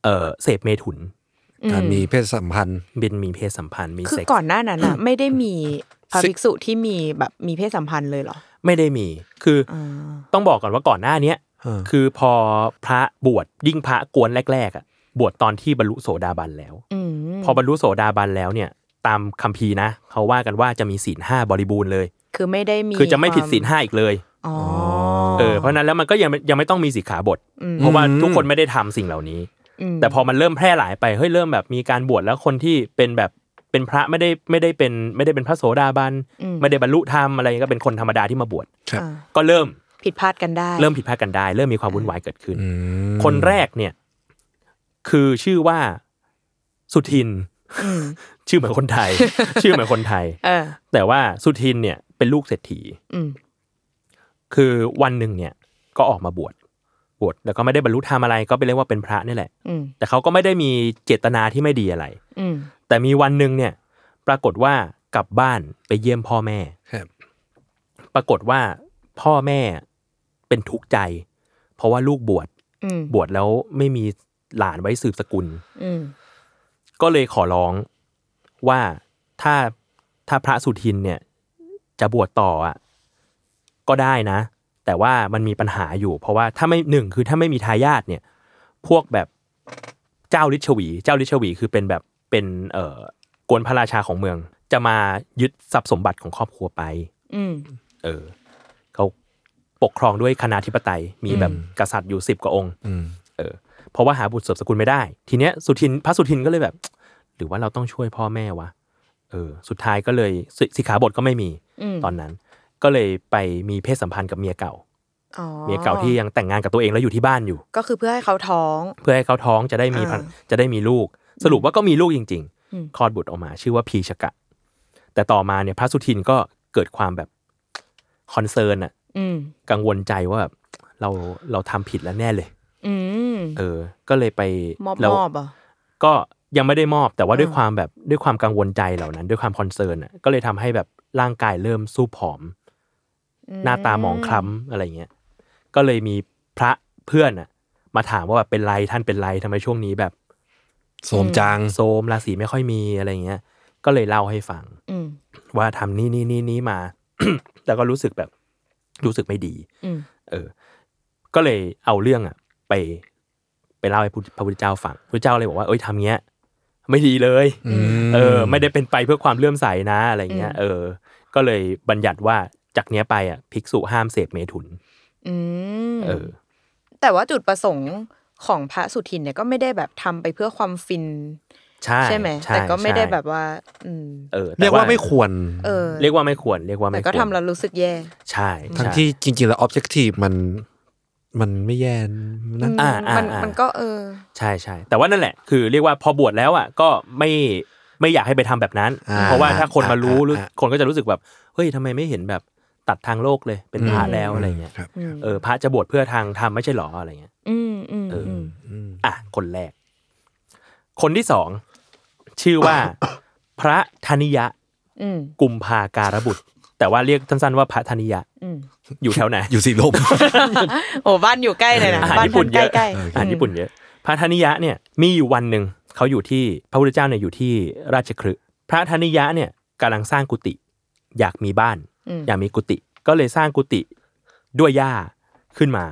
Speaker 2: เออเสพเมถุน
Speaker 4: อการมีเพศสัมพันธ์
Speaker 2: เป็นมีเพศสัมพันธ์มี
Speaker 3: คือ
Speaker 2: เซ็ก
Speaker 3: ก่อ
Speaker 2: ซ์
Speaker 3: นหน้านั้นอ่ะ ไม่ได้มีพระ
Speaker 4: สิ
Speaker 3: ภิกษุที่มีแบบมีเพศสัมพันธ์เลยเหรอ
Speaker 2: ไม่ได้มี คืออ
Speaker 3: อ่า
Speaker 2: ต้องบอกก่อนว่าก่อนหน้าเนี้ย
Speaker 4: เออ
Speaker 2: คือพอพระบวชยิ่งพระกวนแรกๆอะบวชตอนที่บรรลุโสดาบันแล้ว
Speaker 3: อืม
Speaker 2: พอบรรลุโสดาบันแล้วเนี่ย ตามคัมภีร์นะเขาว่ากันว่าจะมีศีลห้าบริบูรณ์เลย
Speaker 3: คือไม่ได้มี
Speaker 2: คือจะไม่ผิดศีล
Speaker 3: ควา
Speaker 2: ห้าอีกเลย
Speaker 3: อ๋อ
Speaker 2: เออเพราะฉะนั้นแล้วมันก็ยังยังไม่ต้องมีสิกขาบท เพราะว่าทุกคนไม่ได้ทำสิ่งเหล่านี้
Speaker 3: ม
Speaker 2: แต่พอมันเริ่มแพร่หลายไปเฮ้ยเริ่มแบบมีการบวชแล้วคนที่เป็นแบบเป็นพระไม่ได้ไม่ได้เป็นไม่ได้เป็นพระโสดาบันไม่ได้บรรลุธรรมอะไรก็เป็นคนธรรมดาที่มาบวช
Speaker 4: ครับ
Speaker 3: อ่า
Speaker 2: ก็เริ่ม
Speaker 3: ผิดพลาดกันได้
Speaker 2: เริ่มผิดพลาดกันได้ เริ่มมีความวุ่นวายเกิดขึ้น
Speaker 4: อืม
Speaker 2: คนแรกเนี่ย คือชื่อว่าสุทิน
Speaker 3: อืม
Speaker 2: ชื่อเหมือนคนไท ย ชื่อเหมือนคนไทย
Speaker 3: เออ
Speaker 2: แต่ว่าสุทินเนี่ยเป็นลูกเศรษฐี
Speaker 3: อืม
Speaker 2: คือวันหนึ่งเนี่ยก็ออกมาบวชบวชแล้วก็ไม่ได้บรรลุธรรมอะไรก็ไปเรียกว่าเป็นพระนี่แหละ
Speaker 3: อืม
Speaker 2: แต่เขาก็ไม่ได้มีเจตนาที่ไม่ดีอะไร
Speaker 3: อืม
Speaker 2: แต่มีวันหนึ่งเนี่ย ปรากฏว่ากลับบ้านไปเยี่ยมพ่อแม่
Speaker 4: ครับ
Speaker 2: ปรากฏว่าพ่อแม่เป็นทุกข์ใจ เพราะว่าลูกบวช
Speaker 3: อืม
Speaker 2: บวชแล้วไม่มีหลานไว้สืบสกุล
Speaker 3: อืม
Speaker 2: ก็เลยขอร้องว่าถ้าถ้าพระสุทินเนี่ย จะบวชต่ออ่ะก็ได้นะ แต่ว่ามันมีปัญหาอยู่ เพราะว่าถ้าไม่หนึ่งคือถ้าไม่มีทายาทเนี่ย พวกแบบเจ้าลิชวี เจ้าลิชวีคือเป็นแบบเป็นเอ่อกวนพระราชาของเมือง จะมายึดทรัพย์สมบัติของครอบครัวไป
Speaker 3: อืม
Speaker 2: เออเขาปกครองด้วยคณะธิปไตย มีแบบกษัตริย์อยู่สิบกว่าองค์
Speaker 4: อืม
Speaker 2: เออเพราะว่าหาบุตรสืบสกุลไม่ได้ ทีเนี้ยสุทินพระสุทินก็เลยแบบ หรือว่าเราต้องช่วยพ่อแม่วะเออ สุดท้ายก็เลยสสิกขาบทก็ไม่มี
Speaker 3: อืม
Speaker 2: ตอนนั้น ก็เลยไปมีเพศสัมพันธ์กับเมียเก่า
Speaker 3: อ๋อ
Speaker 2: เมียเก่าที่ยังแต่งงานกับตัวเองแล้วอยู่ที่บ้านอยู่
Speaker 3: ก็คือเพื่อให้เขาท้อง
Speaker 2: เพื่อให้เขาท้องจะได้มีพัน
Speaker 3: อ่า
Speaker 2: จะได้มีลูก สรุปว่าก็มีลูกจริง
Speaker 3: อืม
Speaker 2: ๆ คลอดบุตรออกมา ชื่อว่าพีชกะ แต่ต่อมาเนี่ยพระสุทินก็เกิดความแบบคอนเซิร์นอะ
Speaker 3: อืม
Speaker 2: กังวลใจว่าแบบเราเราทำผิดแล้วแน่เลย
Speaker 3: อืม
Speaker 2: เออ ก็เลยไป
Speaker 3: มอบ
Speaker 2: แล้ว
Speaker 3: มอบเหรอ่ะ
Speaker 2: ก็ยังไม่ได้มอบแต่ว่าด้วย
Speaker 3: อ่า
Speaker 2: ความแบบด้วยความกังวลใจเหล่านั้น ด้วยความคอนเซิร์นอ่ะก็เลยทำให้แบบร่างกายเริ่มสู้ผอม หน้าตาหมองคล้ำอะไรเงี้ยก็เลยมีพระเพื่อนอ่ะ มาถามว่าแบบเป็นไรท่านเป็นไรทำไมช่วงนี้แบบ
Speaker 4: โสมจัง
Speaker 2: โซมราศีไม่ค่อยมีอะไรเงี้ย ก็เลยเล่าให้ฟัง
Speaker 3: อืม
Speaker 2: ว่าทำนี่นี่นี่นี่มา แต่ก็รู้สึกแบบรู้สึกไม่ดี
Speaker 3: อืม
Speaker 2: เออ ก็เลยเอาเรื่องอ่ะ ไปไปเล่าให้พุทธพระพุทธเจ้าฟังพระพุทธเจ้าเลยบอกว่าเอ้ยทำเงี้ย ไม่ดีเลย
Speaker 4: ม
Speaker 2: เออ ไม่ได้เป็นไปเพื่อความเลื่อมใสนะอะไรเงี้ย
Speaker 3: อืม
Speaker 2: เออ ก็เลยบัญญัติว่าจากเนี้ยไปอ่ะภิกษุห้ามเสพเมถุน
Speaker 3: อืม
Speaker 2: เออ
Speaker 3: แต่ว่าจุดประสงค์ของพระสุทินเนี่ยก็ไม่ได้แบบทำไปเพื่อความฟิน
Speaker 2: ใช่
Speaker 3: ใช่ไหม
Speaker 2: ใช่
Speaker 3: แต่ก็ไม่ได้
Speaker 2: ใช่
Speaker 3: แบบว่า อืม
Speaker 2: เออแต่
Speaker 4: เรียกว่าไม่ควร
Speaker 3: เออ
Speaker 2: เรียกว่าไม่ควร เรียกว่า
Speaker 3: แต่
Speaker 2: ไม่ควร
Speaker 3: ก็ทำแล้วรู้สึกแย่
Speaker 2: ใช่ใช่
Speaker 4: ทั้งที่จริง ๆ แล้ว objective มัน มันไม่แย่นะ
Speaker 2: อ่าอ่า
Speaker 3: มัน
Speaker 2: อ่ามั
Speaker 3: มันก็เออ
Speaker 2: ใช่ใช่แต่ว่านั่นแหละคือเรียกว่าพอบวชแล้วอ่ะก็ไม่ไม่อยากให้ไปทำแบบนั้น
Speaker 4: อ่
Speaker 2: เพราะว่าถ้าคนมารู้
Speaker 4: อ่
Speaker 2: รู้
Speaker 4: อ่
Speaker 2: คนก็จะรู้สึกแบบเฮ้ยทำไมไม่เห็นแบบตัดทางโลกเลยเป็นพระ
Speaker 3: อืม
Speaker 2: แล้วอะไรเงี้ย
Speaker 4: ครับ
Speaker 3: อืม
Speaker 2: เออพระจะบวชเพื่อทางธรรมไม่ใช่หรออะไรเงี้ย
Speaker 3: อืมอืม
Speaker 2: เอออื
Speaker 3: อืม
Speaker 4: อืม
Speaker 2: อ่ะคนแรก คนที่สอง ชื่อว่า พระธนิยะ
Speaker 3: อืม
Speaker 2: กุมภาการบุตร แต่ว่าเรียกสั้นๆว่าพระธนิยะ
Speaker 3: อืม
Speaker 2: อยู่แถวไหน
Speaker 1: อยู่สีลม
Speaker 3: โอ้บ้านอยู่ใกล้เลยนะ
Speaker 2: อาหาร
Speaker 3: บ้าน
Speaker 2: ญี่ปุ่นเยอะ
Speaker 3: ใกล้
Speaker 2: อาหารญี่ปุ่นเยอะ พระธนิยะเนี่ยมีอยู่วันหนึ่งเขาอยู่ที่พระพุทธเจ้าเนี่ยอยู่ที่ราชคฤห์พระธนิยะเนี่ยกำลังสร้างกุฏิอยากมีบ้าน
Speaker 3: ๆอืม
Speaker 2: อยากมีกุฏิก็เลยสร้างกุฏิด้วยหญ้าขึ้นมา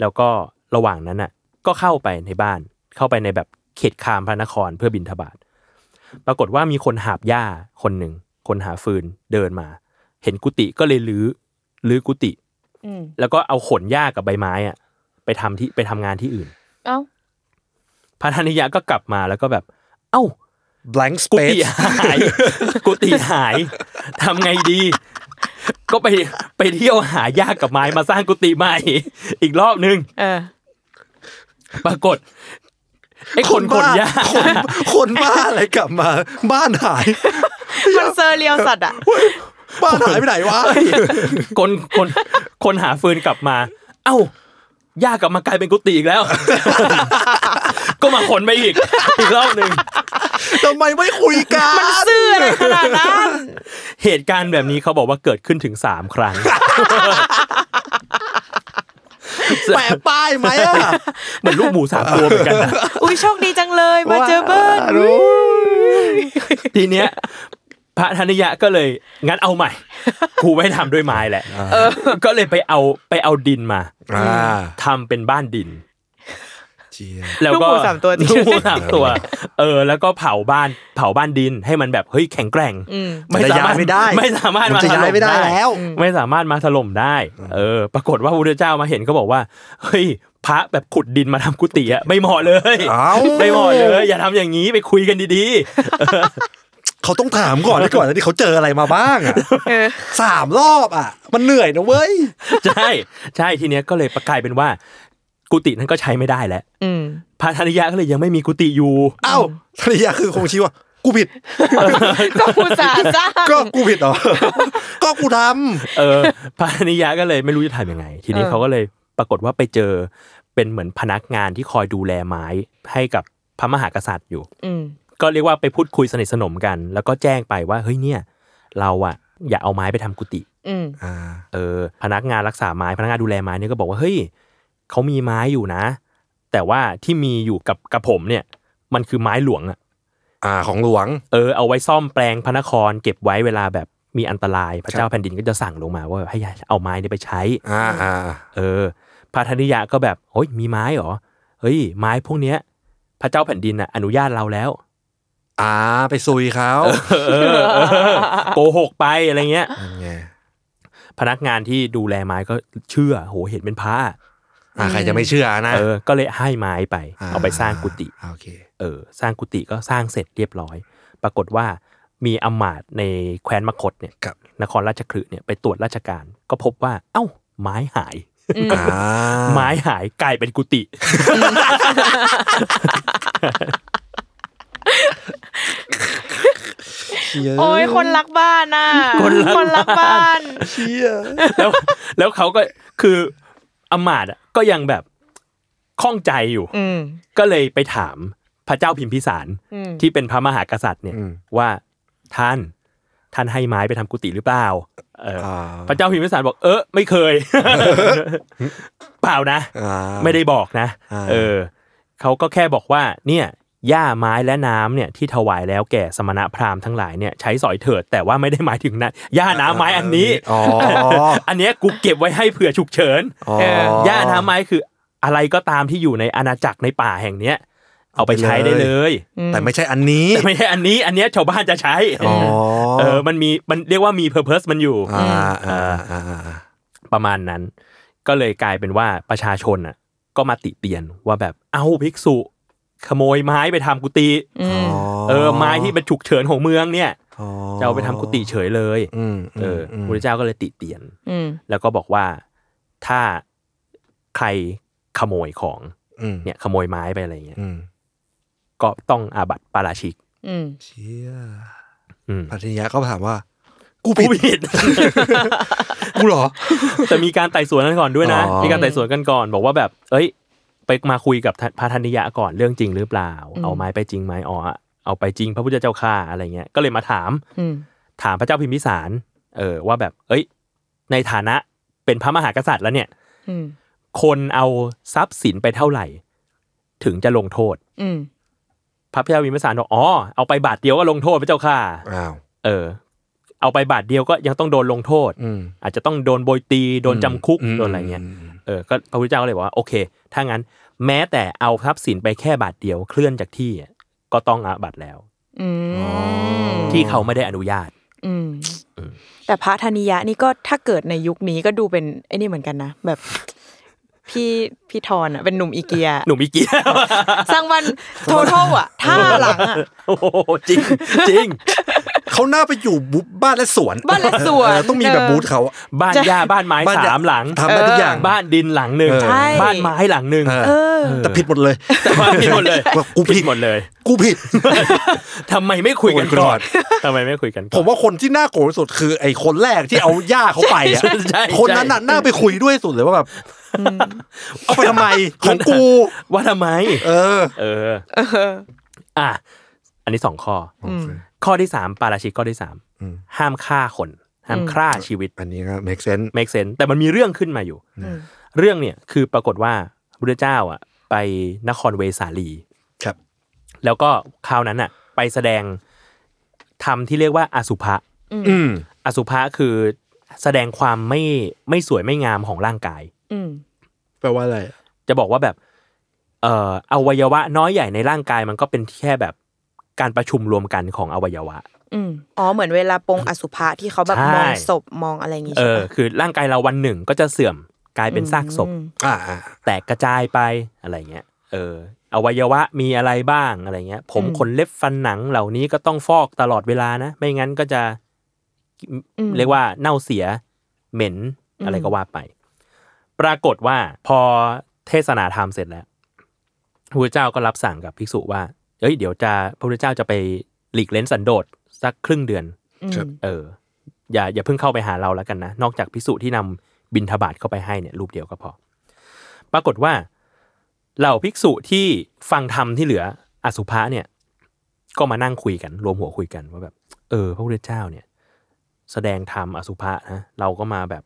Speaker 2: แล้วก็ระหว่างนั้นน่ะ ก็เข้าไปในบ้าน เข้าไปในแบบเขตคามพระนครเพื่อบินทบาทปรากฏว่ามีคนหาบหญ้าคนหนึ่ง คนหาฟืนเดินมา เห็นกุฏิก็เลยลื้อลื้อกุฏิ
Speaker 3: อืม
Speaker 2: แล้วก็เอาขนหญ้ากับใบไม้อะไปทำที่ไปทำงานที่อื่น
Speaker 3: เอ้า
Speaker 2: พระธนิยะก็กลับมาแล้วก็แบบ เอ้า
Speaker 4: blank
Speaker 2: กุฏิ
Speaker 4: space
Speaker 2: หาย กุฏิหายทำไงดี ก็ไปไปเที่ยวหาหญ้ากับไม้มาสร้างกุฏิใหม่ อีกรอบนึง
Speaker 3: เออ
Speaker 2: ปรากฏไอ้คนขนหญ้า
Speaker 4: คนคนบ้าอะไรกลับมา บ้านหาย
Speaker 3: มันเซอร์เรียลสัตว์อ่ะ
Speaker 4: บ้านหายไปไหนวะ
Speaker 2: คนคนคนหาฟืนกลับมา เอ้าหญ้ากลับมากลายเป็นกุฏิอีกแล้ว ก็มาขนไปอีก อีกรอบหนึ่ง
Speaker 4: ทำไมไม่คุยกัน
Speaker 3: ซื่ออะไรขนาดนั้น
Speaker 2: เหตุการณ์แบบนี้เขาบอกว่าเกิดขึ้นถึงสามครั้ง
Speaker 4: แปะป้ายไหมอ่ะ
Speaker 2: เหมือนลูกหมูสามตัวเหมือนกันนะ
Speaker 3: อุ้ยโชคดีจังเลยมาเจอเบิ้ล
Speaker 4: ว้ารู้
Speaker 2: ทีเนี้ย พระธนิยะก็เลยงั้นเอาใหม่ ครูไม่ทำด้วยไม้แหละก็เลยไปเอาไปเอาดินมา
Speaker 4: อ่า
Speaker 2: ทำเป็นบ้านดิน
Speaker 4: เจีย
Speaker 2: แล้วก็
Speaker 3: ลูกหมูสามตัวจริง
Speaker 2: ลูกหมูสามตัว เออ แล้วก็เผาบ้านเผาบ้านดินให้มันแบบเฮ้ยแข็งแกร่ง
Speaker 3: อืม
Speaker 4: มันจะย้ายไม่ได้
Speaker 2: ไม่สามารถ
Speaker 4: นจะ
Speaker 2: ถล่
Speaker 4: ย้ายไม่ได้แล้ว
Speaker 2: ไม่สามารถมาถล่มได้ เออ ปรากฏว่าพระพุทธเจ้ามาเห็นก็บอกว่า เฮ้ย พระแบบขุดดินมาทำกุฏิอะไม่เหมาะเลย
Speaker 4: เอ้า
Speaker 2: ไม่เหมาะเลย อย่าทำอย่างนี้ไปคุยกันดี
Speaker 4: เขาต้องถามก่อนไว้ก่อนนะที่เขาเจออะไรมาบ้างอ่ะสามรอบอ่ะ มันเหนื่อยนะเว้ย
Speaker 2: ๆ ใช่ ใช่ทีเนี้ยก็เลยประกลายเป็นว่า กุฏินั้นก็ใช้ไม่ได้แล้ว
Speaker 3: อืม
Speaker 2: พระธนิยะก็เลยยังไม่มีกุฏิอยู่
Speaker 4: เอ้าทริยาคือคงชี้ว่า กูผิด
Speaker 3: ก็อุตส่าห์สร้าง
Speaker 4: ก็กูผิดเหร อ ก็กูท
Speaker 2: เออ พระธนิยะก็เลยไม่รู้จะทำยังไง ทีนี้
Speaker 3: เออ
Speaker 2: เขาก็เลยปรากฏว่าไปเจอเป็นเหมือนพนักงานที่คอยดูแลไม้ให้กับพระมหากษัตริย์อยู่
Speaker 3: อืม
Speaker 2: ก็เรียกว่าไปพูดคุยสนิทสนมกัน แล้วก็แจ้งไปว่าเฮ้ยเนี่ย เราอะอย่าเอาไม้ไปทำกุฏิ
Speaker 3: อืม
Speaker 4: ำอ่า
Speaker 2: เออ พนักงานรักษาไม้พนักงานดูแลไม้เนี่ยก็บอกว่าเฮ้ยเขามีไม้อยู่นะ แต่ว่าที่มีอยู่กับกับผมเนี่ย มันคือไม้หลวงอะ
Speaker 4: อ่าของหลวง
Speaker 2: เออเอาไว้ซ่อมแปลงพระนคร เก็บไว้เวลาแบบมีอันตรายพระเจ้าแผ่นดินก็จะสั่งลงมาว่าให้เอาไม้เนี่ยไปใช้
Speaker 4: อ่าอ่า
Speaker 2: เออพระธนิยะก็แบบโอ้ยมีไม้เหรอเฮ้ยไม้พวกเนี้ย พระเจ้าแผ่นดินอะอนุญาตเราแล้ว
Speaker 4: อ่าไปซุยเขา
Speaker 2: เออเออโกหกไปอะไรเงี้ย
Speaker 4: นั่นไง
Speaker 2: พนักงานที่ดูแลไม้ก็เชื่อโหเห็นเป็นพระ
Speaker 4: อ่าใครจะไม่เชื่อนะ
Speaker 2: เออ ก็เลยให้ไม้ไป เอาไปสร้างกุฏิ
Speaker 4: อ่าโอเค
Speaker 2: เออ สร้างกุฏิก็สร้างเสร็จเรียบร้อย ปรากฏว่ามีอำมาตย์ในแคว้นมคตเนี่ย
Speaker 4: ครับ
Speaker 2: นครราชคฤห์เนี่ยไปตรวจราชการ ก็พบว่า เอ้า ไม้หาย
Speaker 4: อ่า
Speaker 2: ไม้หายกลายเป็นกุฏิ
Speaker 4: เชี่ย
Speaker 3: โอ้ยคนรักบ้านน่ะ
Speaker 2: คนรัก
Speaker 3: คนรักบ้าน
Speaker 4: เชี่ย
Speaker 2: แล้วแล้วเขาก็คืออำมาตย์อะก็ยังแบบข้องใจอยู่
Speaker 3: อืม
Speaker 2: ก็เลยไปถามพระเจ้าพิมพิสาร
Speaker 3: อืม
Speaker 2: ที่เป็นพระมหากษัตริย์เนี่ยว่าท่านท่านให้ไม้ไปทำกุฏิหรือเปล่าเอออ
Speaker 4: อ่า
Speaker 2: พระเจ้าพิมพิสารบอกเออไม่เค ย เปล่านะ
Speaker 4: อ่า
Speaker 2: ไม่ได้บอกนะ
Speaker 4: อ่า
Speaker 2: เออเขาก็แค่บอกว่า เนี่ยหญ้าไม้และน้ำเนี่ยที่ถวายแล้วแก่สมณพราหมณ์ทั้งหลายเนี่ยใช้สอยเถิด แต่ว่าไม่ได้หมายถึงนะหญ้าน้ำไม้อันนี้
Speaker 4: อ๋อ
Speaker 2: อันเนี้ยกูเก็บไว้ให้เผื่อฉุกเฉิน
Speaker 4: อ๋อ
Speaker 2: หญ้าน้ำไม้คืออะไรก็ตามที่อยู่ในอาณาจักรในป่าแห่งเนี้ย เอาไปใช้ได้เลย
Speaker 4: แต่ไม่ใช่อันนี้
Speaker 2: แต่ไม่ใช่อันนี้อันเนี้ยชาวบ้านจะใช้
Speaker 4: อ๋อ
Speaker 2: เออมันมีมันเรียกว่ามีเพอร์เพสมันอยู่
Speaker 4: อ่าอ่าอ่าอ่า
Speaker 2: ประมาณนั้น ก็เลยกลายเป็นว่าประชาชนอ่ะ ก็มาติเตียนว่าแบบเอ้าภิกษุ ขโมยไม้ไปทำกุฏิ
Speaker 3: อืม
Speaker 2: เออไม้ที่เป็นฉุกเฉินของเมืองเนี่ย
Speaker 4: อ๋อ
Speaker 2: จะเอาไปทำกุฏิเฉยเลย
Speaker 4: อืมม
Speaker 2: เอออ
Speaker 4: ม
Speaker 2: พระพุทธเจ้าก็เลยติเตียน
Speaker 3: อืม
Speaker 2: แล้วก็บอกว่าถ้าใครขโมยของ
Speaker 4: อืม
Speaker 2: เนี่ยขโมยไม้ไปอะไรเงี้ย
Speaker 4: อืม
Speaker 2: ก็ต้องอาบัติปาราชิก
Speaker 3: อืม
Speaker 4: เชี่ย
Speaker 2: อืม
Speaker 4: ปัทยาก็ถามว่า กู
Speaker 2: ผู้
Speaker 4: ผิด
Speaker 2: ผิด
Speaker 4: กูเหรอ
Speaker 2: แต่มีการไต่สวนกันก่อนด้วยนะ
Speaker 4: อ๋อ
Speaker 2: มีการไต่สวนกันก่อน บอกว่าแบบ เอ้ย ไปมาคุยกับท่านพระธนิยะก่อนเรื่องจริงหรือเปล่า
Speaker 3: อืม
Speaker 2: เอาไม้ไปจริงไหมอ๋อเอาไปจริงพระพุทธเจ้าข้าอะไรเงี้ย ก็เลยมาถาม
Speaker 3: อืม
Speaker 2: ถามพระเจ้าพิมพิสาร เออว่าแบบ เอ้ย ในฐานะเป็นพระมหากษัตริย์แล้วเนี่ย
Speaker 3: อืม
Speaker 2: คนเอาทรัพย์สินไปเท่าไหร่ ถึงจะลงโทษ
Speaker 3: อืม
Speaker 2: พระเจ้าพิมพิสารบอกอ๋อเอาไปบาทเดียวก็ลงโทษพระเจ้าค่ะ
Speaker 4: อ้าว
Speaker 2: เออ เอาไปบาทเดียวก็ยังต้องโดนลงโทษ
Speaker 4: อืม
Speaker 2: อาจจะต้องโดนโบยตี โดนจำคุก
Speaker 4: ม
Speaker 2: โดนอะไรเงี้ย
Speaker 4: ม
Speaker 2: เออ ก็พระพุทธเจ้าก็เลยบอกว่า โอเค ถ้างั้น แม้แต่เอาทรัพย์สินไปแค่บาทเดียวเคลื่อนจากที่อ่ะก็ต้องอาบัตแล้ว
Speaker 3: อืม
Speaker 2: ที่เขาไม่ได้อนุญาต
Speaker 3: อืมแต่พระธนิยะนี่ก็ถ้าเกิดในยุคนี้ก็ดูเป็นไอ้นี่เหมือนกันนะ แบบ พี่พี่ทอนอ่ะเป็นหนุ่มอีเกีย
Speaker 2: หนุ่มอีเกีย
Speaker 3: สร้างวันโททอ่ะท่าหลังอ่ะ
Speaker 2: โอ้โหจริง จริง
Speaker 4: เขาน่าไปอยู่บุบ้านและสวน
Speaker 3: บ้านและสวน
Speaker 4: เออต้องมีแบบ
Speaker 3: เออ
Speaker 4: บูธเขาอะ
Speaker 2: บ้าน หญ้าบ้านไม้
Speaker 4: บ้น
Speaker 2: สามหลัง
Speaker 4: ทำได้ทุกอย่าง
Speaker 2: บ้านดินหลังหนึ่ง
Speaker 4: เออ
Speaker 3: ใช่
Speaker 2: บ้านไม้หลังหนึ่ง
Speaker 4: เออ
Speaker 3: เออ
Speaker 4: แต่ผิดหมดเลย
Speaker 2: แต่ว่าผิดหมดเลย
Speaker 4: ว่ากูผิด
Speaker 2: หมดเลย
Speaker 4: กูผิด
Speaker 2: ทำไมไม่คุยกัน
Speaker 4: คุยกันก่
Speaker 2: ก่อ
Speaker 4: อน น
Speaker 2: ทำไมไม่คุยกัน
Speaker 4: ผ
Speaker 2: ก่อน
Speaker 4: มว่าคนที่น่าโกรธที่สุดคือ ไอ้คนแรกที่เอาย่าเขาไปอ่ะ
Speaker 2: ใช่ใช่
Speaker 4: คนนั้นน่ะน่าไปคุยด้วยสุดเลยว่าแบบเอาไปทำ ไมของกู
Speaker 2: ว่าทำไม
Speaker 4: เออ
Speaker 2: เออ อ่ะ อันนี้สองข้อ
Speaker 4: อ
Speaker 3: ม
Speaker 2: ข้อที่สามปาราชิกข้อที่สาม
Speaker 4: อืม
Speaker 2: ห้ามฆ่าคน ห้าม
Speaker 3: อืม
Speaker 2: ฆ่าชีวิต
Speaker 4: ันนี้ก็ make sense
Speaker 2: make sense แต่มันมีเรื่องขึ้นมาอยู่
Speaker 3: อืม
Speaker 2: เรื่องเนี่ยคือปรากฏว่าพระพุทธเจ้าอ่ะ ไปนครเวสาลี
Speaker 4: ครับ
Speaker 2: แล้วก็คราวนั้นอ่ะ ไปแสดงทำที่เรียกว่าอสุภะ
Speaker 4: อืม
Speaker 2: อสุภะคือแสดงความไม่ไม่สวยไม่งามของร่างกาย
Speaker 3: อืม
Speaker 4: แปลว่าอะไร
Speaker 2: จะบอกว่าแบบเอ่ออวัยวะน้อยใหญ่ในร่างกายมันก็เป็นแค่แบบการประชุมรวมกันของอวัยวะ
Speaker 3: อืมอ๋อเหมือนเวลาปรงอสุภะที่เขาแบบ
Speaker 2: ใช่
Speaker 3: มองศพมองอะไรอย่างงี้
Speaker 2: เอ
Speaker 3: ใช่
Speaker 2: อ
Speaker 3: ปะ
Speaker 2: คือร่างกายเราวันหนึ่งก็จะเสื่อมกลายเป็นซากศพ
Speaker 3: อืม
Speaker 4: อ่าอ่า
Speaker 2: แตกกระจายไปอะไรเงี้ยเอออวัยวะมีอะไรบ้างอะไรเงี้ย ผมขนเล็บฟันหนังเหล่านี้ก็ต้องฟอกตลอดเวลานะ ไม่งั้นก็จะ
Speaker 3: อืม
Speaker 2: เรียกว่าเน่าเสียเหม็น
Speaker 3: อืม
Speaker 2: อะไรก็ว่าไป ปรากฏว่าพอเทศนาธรรมเสร็จแล้วพระพุทธเจ้าก็รับสั่งกับภิกษุว่า เอ้ยเดี๋ยวจะพระพุทธเจ้าจะไปหลีกเล้นสันโดษสักครึ่งเดือน
Speaker 3: อืม
Speaker 2: เออ อย่าอย่าเพิ่งเข้าไปหาเราแล้วกันนะ นอกจากภิกษุที่นำบินทบาทเข้าไปให้เนี่ยรูปเดียวก็พอ ปรากฏว่าเหล่าภิกษุที่ฟังธรรมที่เหลืออสุภะเนี่ย ก็มานั่งคุยกัน รวมหัวคุยกันว่าแบบ เออ พระพุทธเจ้าเนี่ย แสดงธรรมอสุภะนะเราก็มาแบบ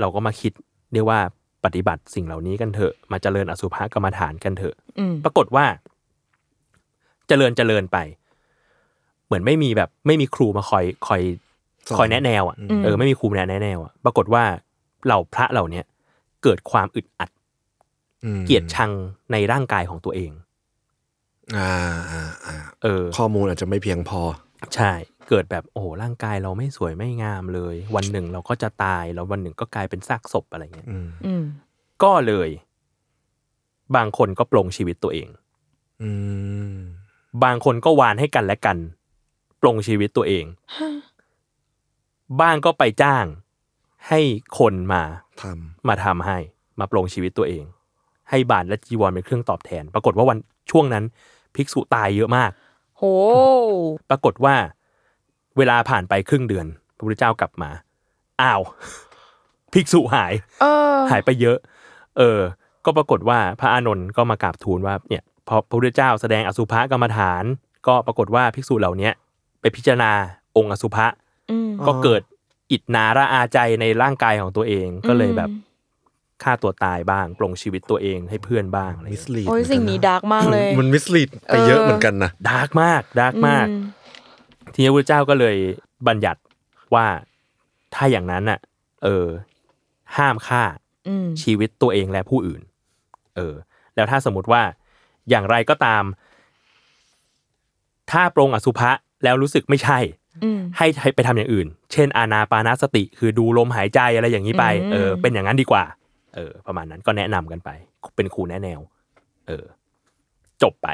Speaker 2: เราก็มาคิดเรียกว่าปฏิบัติสิ่งเหล่านี้กันเถอะมาเจริญอสุภะกรรมฐานกันเถอะ
Speaker 3: อืม
Speaker 2: ปรากฏว่า เจริญเจริญไป เหมือนไม่มีแบบ ไม่มีครูมาคอยคอย
Speaker 4: สง
Speaker 2: คอยแนะแนวอ่ะ
Speaker 4: อืม
Speaker 2: เออไม่มีครูแนะแนวอ่ะปรากฏว่าเหล่าพระเหล่าเนี้ยเกิดความอึดอัด
Speaker 4: อืม
Speaker 2: เกลียดชังในร่างกายของตัวเอง
Speaker 4: อ่าอ่าอ่า
Speaker 2: เออ
Speaker 4: ข้อมูลอาจจะไม่เพียงพอ
Speaker 2: ใช่เกิดแบบโอ้โหร่างกายเราไม่สวยไม่งามเลย วันหนึ่งเราก็จะตายแล้ววันหนึ่งก็กลายเป็นซากศพอะไรเงี้ย
Speaker 4: อืม
Speaker 3: อืม
Speaker 2: ก็เลย บางคนก็ปลงชีวิตตัวเอง
Speaker 4: อืม
Speaker 2: บางคนก็วานให้กันและกัน ปลงชีวิตตัวเอง บ้างก็ไปจ้าง ให้คนมา
Speaker 4: ท
Speaker 2: มาทำให้มาปลงชีวิตตัวเอง ให้บาทและจีวรเป็นเครื่องตอบแทน ปรากฏว่าวันช่วงนั้นภิกษุตายเยอะมาก
Speaker 3: โห
Speaker 2: ปรากฏว่าเวลาผ่านไปครึ่งเดือน พระพุทธเจ้ากลับมาอ้าว ภิกษุหาย
Speaker 3: เออ
Speaker 2: หายไปเยอะ เออ ก็ปรากฏว่าพระอานนท์ก็มากราบทูลว่าเนี่ยพอพระพุทธเจ้าแสดงอสุภกรรมฐาน ก็ปรากฏว่าภิกษุเหล่าเนี้ยไปพิจารณาองค์อสุภะ
Speaker 3: อืม
Speaker 2: ก็เกิดอิจนาระอาใจในร่างกายของตัวเองก็เลยแบบ ฆ่าตัวตายบ้างปลงชีวิตตัวเองให้เพื่อนบ้างอะไร
Speaker 4: ำมิ
Speaker 2: เงี้
Speaker 4: ส
Speaker 2: ย
Speaker 4: ลีด
Speaker 3: โอ้ยสิ่งนี้ดาร์กมากเลย
Speaker 4: มันมิสลีดไปเยอะเหมือนกันนะ
Speaker 2: ดาร์กมากดาร์กมาก
Speaker 3: อืม
Speaker 2: ทีนี้พระเจ้าก็เลยบัญญัติว่าถ้าอย่างนั้นน่ะ เออ ห้ามฆ่า
Speaker 3: อืม
Speaker 2: ชีวิตตัวเองและผู้อื่น เออ แล้วถ้าสมมติว่าอย่างไรก็ตาม ถ้าปรงอสุภะแล้วรู้สึกไม่ใช่
Speaker 3: อืม
Speaker 2: ให้ไปทำอย่างอื่น เช่น อานาปานาสติ คือดูลมหายใจอะไรอย่างนี้ไป
Speaker 3: อืม
Speaker 2: เออ เป็นอย่างนั้นดีกว่า เออ ประมาณนั้นก็แนะนำกันไป เป็นครูแนะแนว เออ จบไป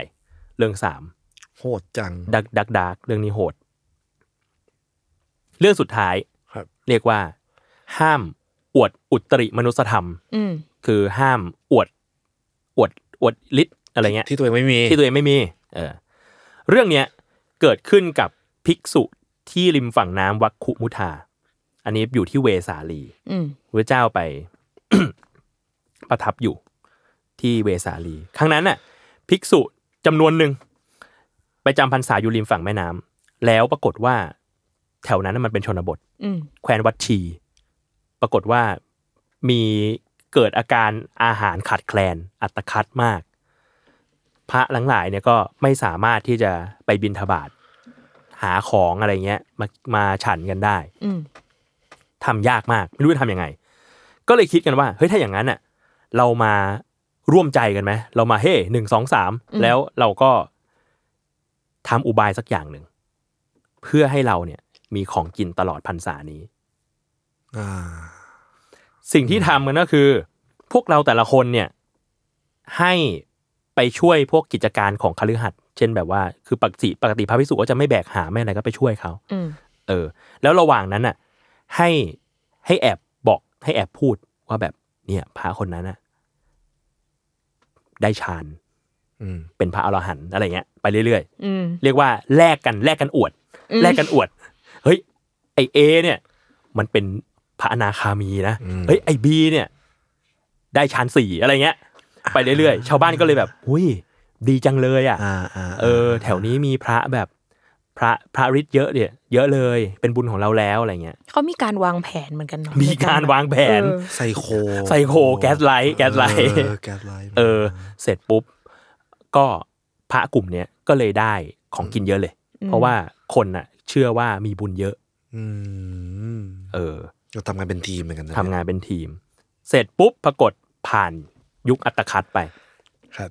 Speaker 2: เรื่องสาม
Speaker 4: โหดจัง
Speaker 2: ดักดักดักเรื่องนี้โหด เรื่องสุดท้าย
Speaker 4: ครับ
Speaker 2: เรียกว่า ห้ามอวดอุตริมนุสธรรม
Speaker 3: อืม
Speaker 2: คือห้ามอวด อวดอวดฤทธิ์อะไรเงี้ย
Speaker 4: ที่ตัวเองไม่มี
Speaker 2: ที่ตัวเองไม่มี เออ เรื่องเนี้ยเกิดขึ้นกับภิกษุที่ริมฝั่งน้ำวัคคุมุทา อันนี้อยู่ที่เวสาลี
Speaker 3: อืม
Speaker 2: พระเจ้าไป ประทับอยู่ที่เวสาลี ครั้งนั้นน่ะ ภิกษุจำนวนหนึ่ง ไปจำพรรษาอยู่ริมฝั่งแม่น้ำแล้วปรากฏว่า แถวนั้นนะมันเป็นชนบท
Speaker 3: อืม
Speaker 2: แคว้นวัดชี ปรากฏว่ามีเกิดอาการอาหารขาดแคลน อัตคัดมาก พระหลังหลายเนี่ยก็ไม่สามารถที่จะไปบินทบาทหาของอะไรเงี้ยมามาฉันกันได้
Speaker 3: อืม
Speaker 2: ทำยากมาก ไม่รู้จะทำยังไง ก็เลยคิดกันว่า เฮ้ย ถ้าอย่างนั้นน่ะ เรามาร่วมใจกันไหม เรามาเฮ้หนึ่งสองสาม
Speaker 3: อืม
Speaker 2: แล้วเราก็ทำอุบายสักอย่างหนึ่ง เพื่อให้เราเนี่ย มีของกินตลอดพรรษานี้
Speaker 4: อ่า
Speaker 2: สิ่งที่ทำกันก็คือ พวกเราแต่ละคนเนี่ย ให้ไปช่วยพวกกิจการของคฤหัสถ์เช่นแบบว่า คือปกติปกติพระภิกษุก็จะไม่แบกหามไม่อะไรก็ไปช่วยเขา
Speaker 3: อืม
Speaker 2: เออแล้วระหว่างนั้นน่ะให้ให้แอบบอกให้แอบพูดว่าแบบเนี่ยพระคนนั้นน่ะได้ฌาน
Speaker 4: อืม
Speaker 2: เป็นพระอรหันต์อะไรเงี้ยไปเรื่อย
Speaker 3: อืม
Speaker 2: ๆ เรียกว่าแลกกันแลกกันอวด
Speaker 3: อืม
Speaker 2: แลกกันอวด เฮ้ยไอเอเนี่ย มันเป็นพระอนาคามีนะ
Speaker 4: อืม
Speaker 2: เฮ้ยไอบีเนี่ย ได้ฌานสี่อะไรเงี้ย ไปเรื่อยๆ ชาวบ้านก็เลยแบบอุ้ยดีจังเลยอ่ะ
Speaker 4: อ่าอ่า
Speaker 2: เออแถวนี้มีพระแบบพระพระฤทธิ์เยอะเนี่ยเยอะเลยเป็นบุญของเราแล้วอะไรเงี้ย
Speaker 3: เขามีการวางแผนเหมือนกันเนาะ
Speaker 2: มีการวางแผน
Speaker 3: เออ
Speaker 4: ไซโค
Speaker 2: ไซโคแก๊สไลท์แก๊สไลท์
Speaker 4: เออแก๊สไลท์
Speaker 2: เออ เสร็จปุ๊บ ก็พระกลุ่มเนี้ยก็เลยได้ของกินเยอะเลย เพราะว่าคนน่ะ เชื่อว่ามีบุญเยอะ
Speaker 4: อืม
Speaker 2: เออ
Speaker 4: ก็ทำงานเป็นทีมเหมือนกันนะ
Speaker 2: ทำงานเป็นทีม เสร็จปุ๊บปรากฏผ่านยุคอัตคัดไป
Speaker 4: ครับ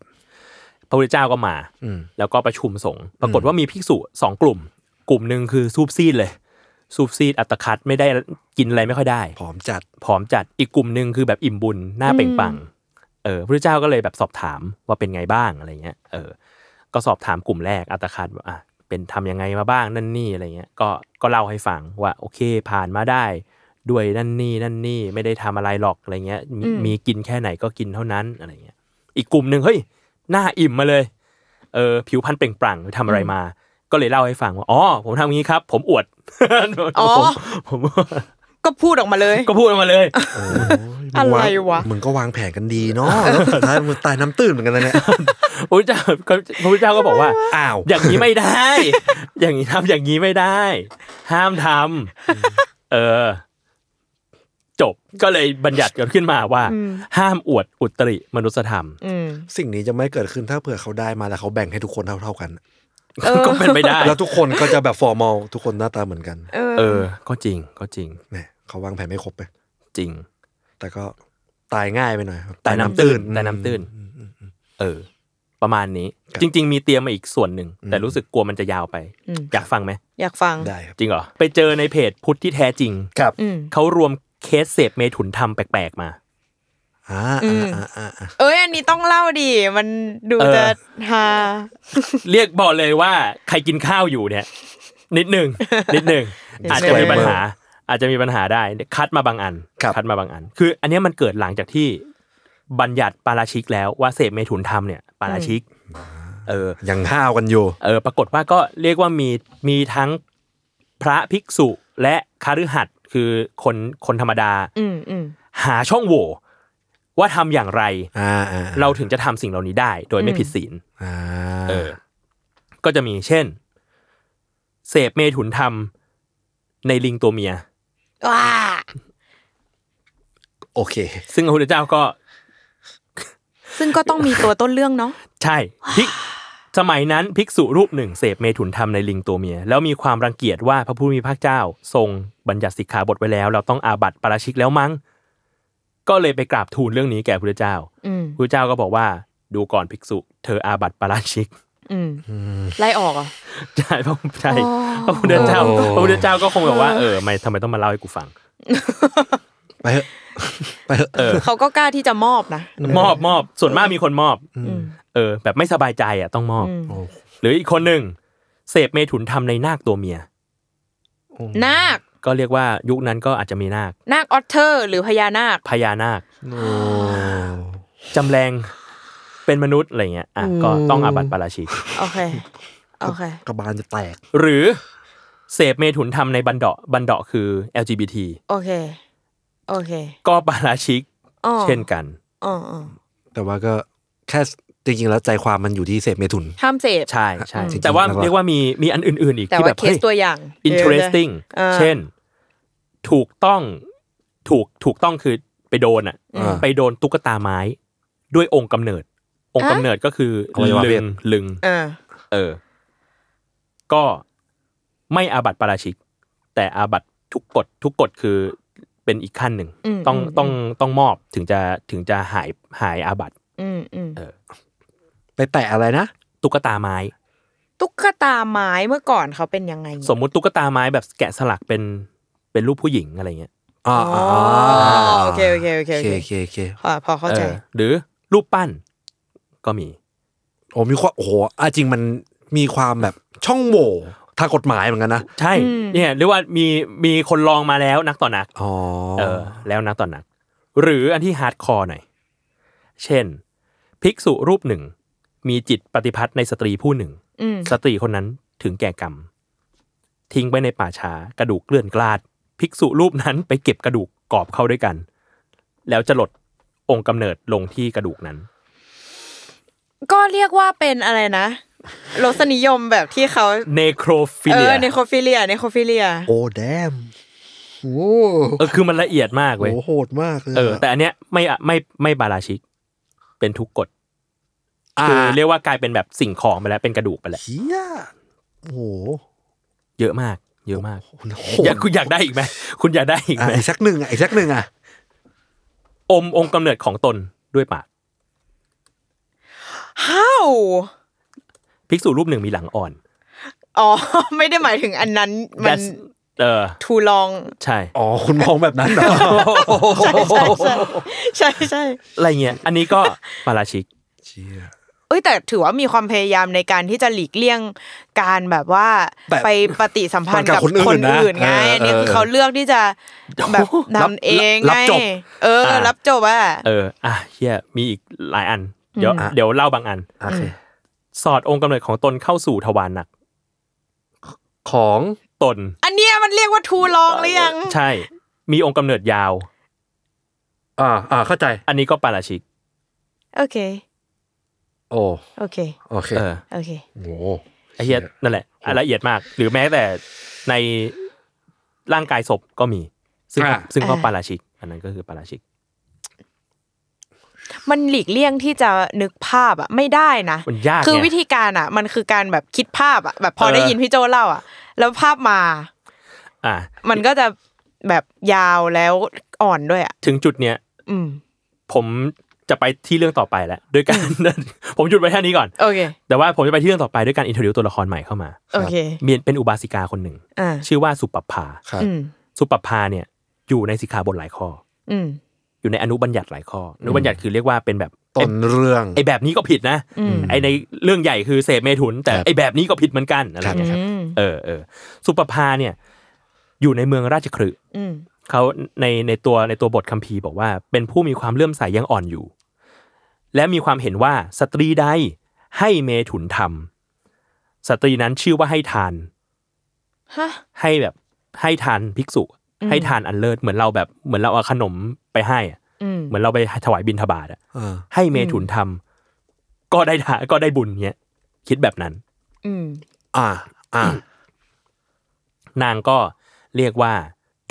Speaker 2: พระพุทธเจ้าก็มา
Speaker 4: อืม
Speaker 2: แล้วก็ประชุมสงฆ์ปรากฏว่ามีภิกษุสองกลุ่ม กลุ่มหนึ่งคือซูบซีดเลยซูบซีดอัตคัดไม่ได้กินอะไรไม่ค่อยได้
Speaker 4: ผอมจัด
Speaker 2: ผอมจัดอีกกลุ่มหนึ่งคือแบบอิ่มบุญหน้าเปล่งปลังเออพระเจ้าก็เลยแบบสอบถามว่าเป็นไงบ้างอะไรเงี้ยเออ ก็สอบถามกลุ่มแรกอัตคัดว่าอ่ะเป็นทำยังไงมาบ้างนั่นนี่อะไรเงี้ยก็ก็เล่าให้ฟังว่าโอเคผ่านมาได้ ด้วยนั่นนี่นั่นนี่ไม่ได้ทำอะไรหรอกอะไรเงี้ยมมีกินแค่ไหนก็กินเท่านั้นอะไรเงี้ยอีกกลุ่มหนึ่งเฮ้ยหน้าอิ่มมาเลยเออผิวพรรณเปล่งปลั่งทำอะไรมา ก็เลยเล่าให้ฟังว่าอ๋อผมทำอย่างนี้ครับ ผมอวด
Speaker 3: อ๋อ
Speaker 2: ผม
Speaker 3: ก็พูดออกมาเลย
Speaker 2: ก็พูดออกมาเลย
Speaker 4: โอ้ยมึง
Speaker 3: อะไรวะ
Speaker 4: มึงก็วางแผนกันดีเนาะ แล้วสุดท้ายมึงตายน้ำตื้นเหมือนกันนะเนี่ย
Speaker 2: พระพุทธเจ้า ก็พระพุทธเจ้าก็บอกว่า
Speaker 4: อ้าว
Speaker 2: อย่างนี้ไม่ได้ อย่างนี้ทำอย่างนี้ไม่ได้ ห้ามทำเออ จบก็เลยบัญญัติกันขึ้นมาว่า ห้ามอวดอุตริมนุสธรรม
Speaker 3: อืม
Speaker 4: สิ่งนี้จะไม่เกิดขึ้นถ้าเผื่อเขาได้มาแล้วเขาแบ่งให้ทุกคนเท่าๆกัน
Speaker 3: เออ
Speaker 2: ก็เป็นไปได้
Speaker 4: แล้วทุกคนก็จะแบบฟอร์มอลทุกคนหน้าตาเหมือนกัน
Speaker 3: เออ
Speaker 2: เออ ก็จริงก็จริง
Speaker 4: แหมเขาวางแผนไม่ครบไป
Speaker 2: จริง
Speaker 4: แต่ก็ตายง่ายไปหน่อย
Speaker 2: ตายน้ำตื้นตายน้ำตื้น
Speaker 4: อืมอืมอืม
Speaker 2: เออ ประมาณนี้
Speaker 4: ครับ
Speaker 2: จริง ๆ มีเตรียมมาอีกส่วนหนึ่ง
Speaker 4: อืม
Speaker 2: แต่รู้สึกกลัวมันจะยาวไป
Speaker 3: อืม
Speaker 2: อยากฟังไหม
Speaker 3: อยากฟัง
Speaker 4: ได้ครับ
Speaker 2: จริงเหรอ ไปเจอในเพจพุทธที่แท้จริง
Speaker 4: ครับ
Speaker 3: อืม
Speaker 2: เขารวมเคสเสพเมถุนธรรมแปลกๆมา
Speaker 4: อ่า
Speaker 3: อื
Speaker 4: อ่าม อ่าอ่าอ่า
Speaker 3: เอ้ย อันนี้ต้องเล่าดิ มันดู
Speaker 2: เออ
Speaker 3: จะฮา
Speaker 2: เรียกบอกเลยว่าใครกินข้าวอยู่เนี่ย นิดหนึ่ง นิดหนึ่ง อาจจะมีปัญหา อาจจะมีปัญหาได้คัดมาบางอันคัดมาบางอัน คืออันเนี้ยมันเกิดหลังจากที่บัญญัติปาราชิกแล้วว่าเสพเมถุนธรรมเนี่ยปาราชิก เออ
Speaker 4: ยังห้าวกันอยู่
Speaker 2: เออ ปรากฏว่าก็เรียกว่ามีมีทั้งพระภิกษุและคฤหัสถ์คือคนคนธรรมดา
Speaker 3: อืมอืม
Speaker 2: หาช่องโหว่ว่าทำอย่างไร
Speaker 4: อ่าอ่าอ่
Speaker 2: เราถึงจะทำสิ่งเหล่านี้ได้ โดยไม่
Speaker 3: อืม
Speaker 2: ผิดศีล
Speaker 4: อ่า
Speaker 2: เออ ก็จะมีเช่น เสพเมถุนธรรมในลิงตัวเมีย
Speaker 3: ว้า
Speaker 4: โอเค
Speaker 2: ซึ่งพระพุทธเจ้าก็
Speaker 3: ซึ่งก็ต้องมีตัวต้นเรื่องเนาะ
Speaker 2: ใช่ภิกสมัยนั้นภิกษุรูปหนึ่งเสพเมถุนธรรมในลิงตัวเมีย แล้วมีความรังเกียจว่าพระผู้มีพระเจ้า ทรงบัญญัติสิกขาบทไว้แล้ว เราต้องอาบัติปาราชิกแล้วมั้ง ก็เลยไปกราบทูลเรื่องนี้แก่พระพุทธเจ้า
Speaker 3: อืม
Speaker 2: พระพุทธเจ้าก็บอกว่า ดูก่อนภิกษุ เธออาบัติปาราชิก
Speaker 3: อืม ไล่ออกเหรอ่ะ
Speaker 2: ใช่พระใช่
Speaker 3: อ๋อ
Speaker 2: พระพุทธเจ้า
Speaker 4: โอ้
Speaker 2: พระพุทธเจ้าก็คงแบบว่าเออไม่ทำไมต้องมาเล่าให้กูฟัง
Speaker 4: ไปเถอะ ไปเถอะ
Speaker 2: เออ
Speaker 3: เขาก็กล้าที่จะมอบนะ
Speaker 2: มอบมอบส่วนมากมีคนมอบ
Speaker 3: อืม
Speaker 2: เออแบบไม่สบายใจอ่ะต้องมอบ
Speaker 3: อืม
Speaker 4: โอ้
Speaker 2: หรืออีกคนหนึ่งเสพเมถุนทำในนาคตัวเมีย
Speaker 4: โอ้
Speaker 3: นาค
Speaker 2: ก็เรียกว่ายุคนั้นก็อาจจะมีนาค
Speaker 3: นาคออเทอร์ หรือพญานาค
Speaker 2: พญานาค
Speaker 4: โอ้
Speaker 2: จำแรงเป็นมนุษย์อะไรเงี้ยอ่ะ
Speaker 4: อืม
Speaker 2: ก็ต้องอาบัติปาราชิก
Speaker 3: โอเค โอเค
Speaker 4: กระบาลจะแตก
Speaker 2: หรือเสพเมถุนทำในบันเดาะบันเดาะคือ LGBT
Speaker 3: โอเค โอเค
Speaker 2: ก็ปาราชิก
Speaker 3: อ๋อ
Speaker 2: เช่นกัน
Speaker 3: อ๋ออ๋อ
Speaker 4: แต่ว่าก็แค่ จริงๆแล้วใจความมันอยู่ที่เสพเมถุน
Speaker 3: ห้ามเสพ
Speaker 2: ใช่ใช่
Speaker 4: จริงๆ
Speaker 2: แต่ว่า
Speaker 4: แล้วก็
Speaker 2: เรียกว่ามีมีอันอื่น ๆ อีก
Speaker 3: แต่
Speaker 2: ที่
Speaker 3: ว่า
Speaker 2: แบบ
Speaker 3: เค
Speaker 2: เฮ้ย
Speaker 3: สตัวอย่าง
Speaker 2: interesting
Speaker 3: เออ
Speaker 2: เช่น ถูกต้องถูกถูกต้องคือไปโดนอ่ะ
Speaker 4: อ่า
Speaker 2: ไปโดนตุ๊กตาไม้ด้วยองค์กำเนิด องค์กำเนิดก็คือ
Speaker 4: อวัยวะเพ
Speaker 2: ลึ
Speaker 4: ศ
Speaker 2: งลึง
Speaker 3: เออ
Speaker 2: เออ ก็ไม่อาบัติปาราชิก แต่อาบัติทุกกฎทุกกฎคือเป็นอีกขั้นหนึ่ง
Speaker 3: ม
Speaker 2: ต้อง
Speaker 3: ม
Speaker 2: ต้องต้องมอบถึงจะถึงจะหายหายอาบัติ
Speaker 3: อืมอืมอืม
Speaker 4: ไปแปะอะไรนะ
Speaker 2: ตุ๊กตาไม้
Speaker 3: ตุ๊กตาไม้เมื่อก่อนเขาเป็นยังไง
Speaker 2: สมมุติตุ๊กตาไม้แบบแกะสลักเป็นเป็นรูปผู้หญิงอะไรเงี้ย
Speaker 4: อ๋ออ๋ออ๋อ
Speaker 3: โอเคโอเคโอเค
Speaker 4: โอ
Speaker 3: โอ
Speaker 4: เค
Speaker 3: เค
Speaker 4: โอเคโอเค
Speaker 3: อ่าพอเข้าใจ
Speaker 2: ออหรือรูปปั้น ก็มี
Speaker 4: โอ้มีความโอ้โหอ่ะจริงมันมีความแบบช่องโหว่ทางกฎหมายเหมือนกันนะ
Speaker 2: ใช่
Speaker 3: อืม
Speaker 2: เนี่ยหรือว่ามีมีคนลองมาแล้วนักต่อนัก
Speaker 4: อ๋อ
Speaker 2: เออแล้วนักต่อนัก หรืออันที่ฮาร์ดคอร์หน่อย เช่น ภิกษุรูปหนึ่ง มีจิตปฏิพัทธ์ในสตรีผู้หนึ่ง
Speaker 3: อืม
Speaker 2: สตรีคนนั้นถึงแก่กรรม ทิ้งไว้ในป่าช้ากระดูกเกลื่อนกลาด ภิกษุรูปนั้นไปเก็บกระดูกกอบเข้าด้วยกัน แล้วจะลดองค์กำเนิดลงที่กระดูกนั้น
Speaker 3: ก็เรียกว่าเป็นอะไรนะรสนิยมแบบที่เขา
Speaker 2: เนโครฟิ
Speaker 3: เอ
Speaker 2: เลีย
Speaker 3: อเนโครฟิเลียเนโครฟิเลีย
Speaker 4: โอ้แดมโอ้
Speaker 2: เออคือมันละเอียดมากเว้ย
Speaker 4: โหโหดมากเลย
Speaker 2: เออ แต่อันเนี้ยไม่อะไม่ไม่บาราชิก เป็นทุกกฎ
Speaker 4: ะ
Speaker 2: คือเรียกว่ากลายเป็นแบบสิ่งของไปแล้วเป็นกระดูกไปแล้ว
Speaker 4: เฮียโอ้โห
Speaker 2: เยอะมาก เยอะมาก
Speaker 4: โห
Speaker 2: อยากคุณอยากได้อีกไหมคุณอยากได้อีก
Speaker 4: อ่ะ
Speaker 2: ไหม
Speaker 4: อีกสักหนึ่งอ่ะอีกสักหนึ่งอ่ะ
Speaker 2: อมองค์กำเนิดของตนด้วยปาก
Speaker 3: how
Speaker 2: ภิกษุรูปหนึ่งมีหลังอ่อน
Speaker 3: อ๋อ ไม่ได้หมายถึงอันนั้นมัน
Speaker 2: และเออ
Speaker 3: too long
Speaker 2: ใช่
Speaker 4: อ๋อคุณมองแบบนั้นเหรอ
Speaker 3: ใช่ใช่ใช่ ใช่ใช่
Speaker 2: อะไรเงี้ยอันนี้ก็ ปาราชิก
Speaker 4: เชี่ย
Speaker 3: เอ้ยแต่ถือว่ามีความพยายามในการที่จะหลีกเลี่ยงการแบบว่า
Speaker 4: แบบ
Speaker 3: ไปปฏิสัมพันธ์
Speaker 4: กั
Speaker 3: กับบ
Speaker 4: คนอื่น
Speaker 3: คน
Speaker 4: นะ
Speaker 3: อื่นไง
Speaker 4: เออเอออั
Speaker 3: อันนี้คือเขาเลือกที่จะแบบทำเอง
Speaker 4: รั
Speaker 3: ไง
Speaker 4: บจบ
Speaker 3: เออ
Speaker 2: อ่ารั
Speaker 3: รับจบอ่ะ
Speaker 2: เอออ่ะเฮียมีอีกหลายอัน เดี๋ยว
Speaker 3: อืม
Speaker 2: เดี๋ยวเล่าบางอัน
Speaker 4: โอเค
Speaker 2: สอดองค์กำเนิดของตนเข้าสู่ทวารหนัก
Speaker 4: ของ
Speaker 2: ตน
Speaker 3: อันเนี้ยมันเรียกว่า too long หรือยัง
Speaker 2: ใช่ มีองค์กำเนิดยาว
Speaker 4: อ่าอ่าเข้าใจ
Speaker 2: อันนี้ก็ปาราชิก
Speaker 3: โอเค
Speaker 4: โอ้
Speaker 3: โอเค
Speaker 4: โอเค
Speaker 2: เออ
Speaker 3: โอเค
Speaker 4: โห
Speaker 2: ไอ้เฮียนั่นแหละอ่ะละเอียดมาก หรือแม้แต่ในร่างกายศพก็มี ซึ่งก็
Speaker 4: อ่ะ
Speaker 2: ซึ่งก็
Speaker 3: อ่ะ
Speaker 2: ปาราชิก อันนั้นก็คือปาราชิก
Speaker 3: มันหลีกเลี่ยงที่จะนึกภาพอะไม่ได้นะ
Speaker 2: มันยากไง
Speaker 3: คือวิธีการอะมันคือการแบบคิดภาพอะแบบพอ
Speaker 2: เออ
Speaker 3: ได้ยินพี่โจเล่าอะแล้วภาพมา
Speaker 2: อ่ะ
Speaker 3: มันก็จะแบบยาวแล้วอ่อนด้วยอะ
Speaker 2: ถึงจุดเนี้ย
Speaker 3: อืม
Speaker 2: ผมจะไปที่เรื่องต่อไปแล้วด้วยการ ผมหยุดไว้แค่นี้ก่อน
Speaker 3: โอเค
Speaker 2: แต่ว่าผมจะไปที่เรื่องต่อไปด้วยการอินโทรดิวตัวละครใหม่เข้ามา
Speaker 3: โอเค
Speaker 2: มีเป็นอุบาสิกาคนหนึ่ง
Speaker 3: อ่า
Speaker 2: ชื่อว่าสุปปภา
Speaker 4: ครับ
Speaker 3: อืม
Speaker 2: สุปปภาเนี่ย อยู่ในสิกขาบทหลายข้อ
Speaker 3: อืม
Speaker 2: อยู่ในอนุบัญญัติหลายข้ออนุบัญญัติคือเรียกว่าเป็นแบบ
Speaker 4: ต้นเรื่อง
Speaker 2: ไอแบบนี้ก็ผิดนะ
Speaker 3: อืม
Speaker 2: ไอในเรื่องใหญ่คือเสพเมถุน แต่
Speaker 4: ครับ
Speaker 2: ไอแบบนี้ก็ผิดเหมือนกันอะไร
Speaker 3: อื
Speaker 2: เงี้ยครับ
Speaker 3: ม
Speaker 2: เออเออสุปปภาเนี่ย อยู่ในเมืองราชคฤห์
Speaker 3: อืม
Speaker 2: เขาในในตัวในตัวบทคัมภีร์บอกว่า เป็นผู้มีความเลื่อมใสยังอ่อนอยู่ และมีความเห็นว่าสตรีใดให้เมถุนทำสตรีนั้นชื่อว่าให้ทาน
Speaker 3: ฮะ
Speaker 2: ให้แบบให้ทานภิกษุ
Speaker 3: อืม
Speaker 2: ให้ทานอันเลิศเหมือนเราแบบเหมือนเราเอาขนมไปให้อะ
Speaker 3: อืม
Speaker 2: เหมือนเราไปถวายบิณฑบาตอะ
Speaker 4: อ่า
Speaker 2: ให้เมถุนทำก็ได้ทาก็ได้บุญเนี้ยคิดแบบนั้น
Speaker 3: อืม
Speaker 4: อ่าอ่าน
Speaker 2: างก็เรียกว่า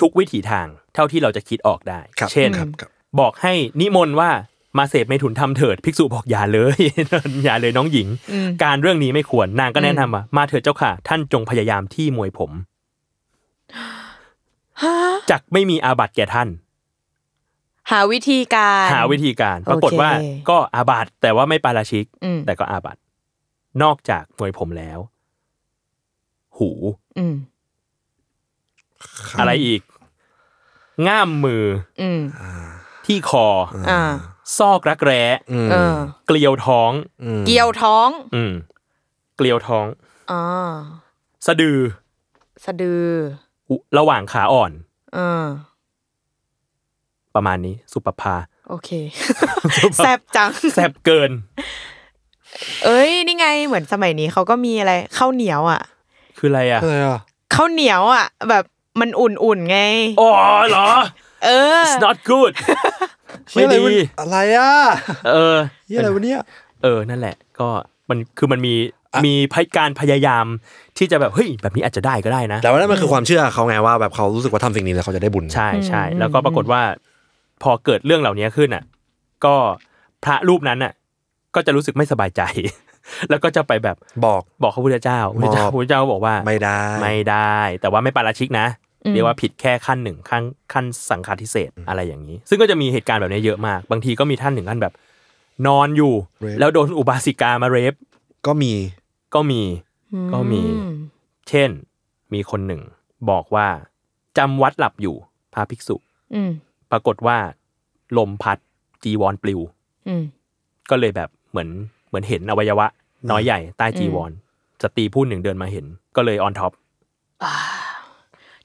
Speaker 2: ทุกวิถีทางเท่าที่เราจะคิดออกได้
Speaker 4: ครับ
Speaker 2: เช่น
Speaker 4: ครับครับ
Speaker 2: บอกให้นิมนต์ว่ามาเสพเมถุนทำเถิดภิกษุบอกอย่าเลย อย่าเลยน้องหญิง
Speaker 3: อืม
Speaker 2: การเรื่องนี้ไม่ควรนางก็แนะนำว่ามาเถิดเจ้าค่ะ ท่านจงพยายามที่มวยผม
Speaker 3: ฮะ
Speaker 2: จักไม่มีอาบัติแก่ท่าน
Speaker 3: หาวิธีการ
Speaker 2: หาวิธีการ
Speaker 3: โอเค
Speaker 2: ปรากฏว่าก็อาบัติแต่ว่าไม่ปาราชิก
Speaker 3: อืม
Speaker 2: แต่ก็อาบัตินอกจากมวยผมแล้ว หู
Speaker 3: อืม
Speaker 4: ครับ
Speaker 2: อะไรอีก ง่ามมือ
Speaker 3: อืม
Speaker 2: ที่คออ
Speaker 3: อ่า
Speaker 2: ซอกรักแร้
Speaker 4: อืม
Speaker 3: เออ
Speaker 2: เกลียวท้อง
Speaker 4: ม
Speaker 3: เกี่ยวท้อง
Speaker 2: อืม เกลียวท้อง
Speaker 3: อ๋อ
Speaker 2: สะดือ
Speaker 3: สะดือ
Speaker 2: อุระหว่างขาอ่อน
Speaker 3: เออ
Speaker 2: ประมาณนี้ สุปภา
Speaker 3: โอเค แซบจัง
Speaker 2: แซบเกิน
Speaker 3: เอ้ย นี่ไงเหมือนสมัยนี้เขาก็มีอะไรข้าวเหนียวอ่ะ
Speaker 2: คืออะไรอ่ะ
Speaker 4: อะไรอ่ะ
Speaker 3: ข้าวเหนียวอ่ะ แบบมันอุ่นๆไง
Speaker 2: อ๋อเหรอ
Speaker 3: เออ
Speaker 2: it's not good ไม่
Speaker 4: เหี้ยอะไร
Speaker 2: ดี
Speaker 4: วะอะไรอ่ะ
Speaker 2: เออ
Speaker 4: เหียอะไรวะเนี่ย
Speaker 2: เอ ออนั่นแหละ ก็มันคือมันมีมีพยการพยายามที่จะแบบเฮ้ยแบบนี้อาจจะได้ก็ได้นะ
Speaker 4: แต่ว่านั่นมันคือความเชื่อเขาไงว่าแบบเขารู้สึกว่าทำสิ่งนี้แล้วเขาจะได้บุญ
Speaker 2: ใช่ใช่
Speaker 3: อืม
Speaker 2: แล้วก็ปรากฏว่า พอเกิดเรื่องเหล่านี้ขึ้นอ่ะ ก็พระรูปนั้นอ่ะ ก็จะรู้สึกไม่สบายใจ แล้วก็จะไปแบบ
Speaker 4: บอก
Speaker 2: บอกพระพุทธเจ้าพระพุทธเจ้า
Speaker 4: บอก
Speaker 2: พระพุทธเจ้าบอกว่า
Speaker 4: ไม่ได้
Speaker 2: ไม่ได้ แต่ว่าไม่ปาราชิกนะ
Speaker 3: อืม
Speaker 2: เรียกว่าผิดแค่ขั้นหนึ่งขั้นขั้นสังฆาทิเศษอะไรอย่างนี้ ซึ่งก็จะมีเหตุการณ์แบบนี้เยอะมาก บางทีก็มีท่านหนึ่งท่านแบบ นอนอยู่
Speaker 4: เรฟ
Speaker 2: แล้วโดนอุบาสิกามาเรฟ
Speaker 4: ก็มี
Speaker 2: ก็มี ก็มี
Speaker 3: อื
Speaker 2: เช่น มีคนหนึ่ง บอกว่าจำวัดหลับอยู่พระภิกษุ
Speaker 3: อืม
Speaker 2: ปรากฏว่าลมพัดจีวรปลิว
Speaker 3: อืม
Speaker 2: ก็เลยแบบเหมือนเหมือนเห็นอวัยวะ น้อยใหญ่ใต้จีวรสตรีผู้หนึ่งเดินมาเห็น ก็เลยออนท็อป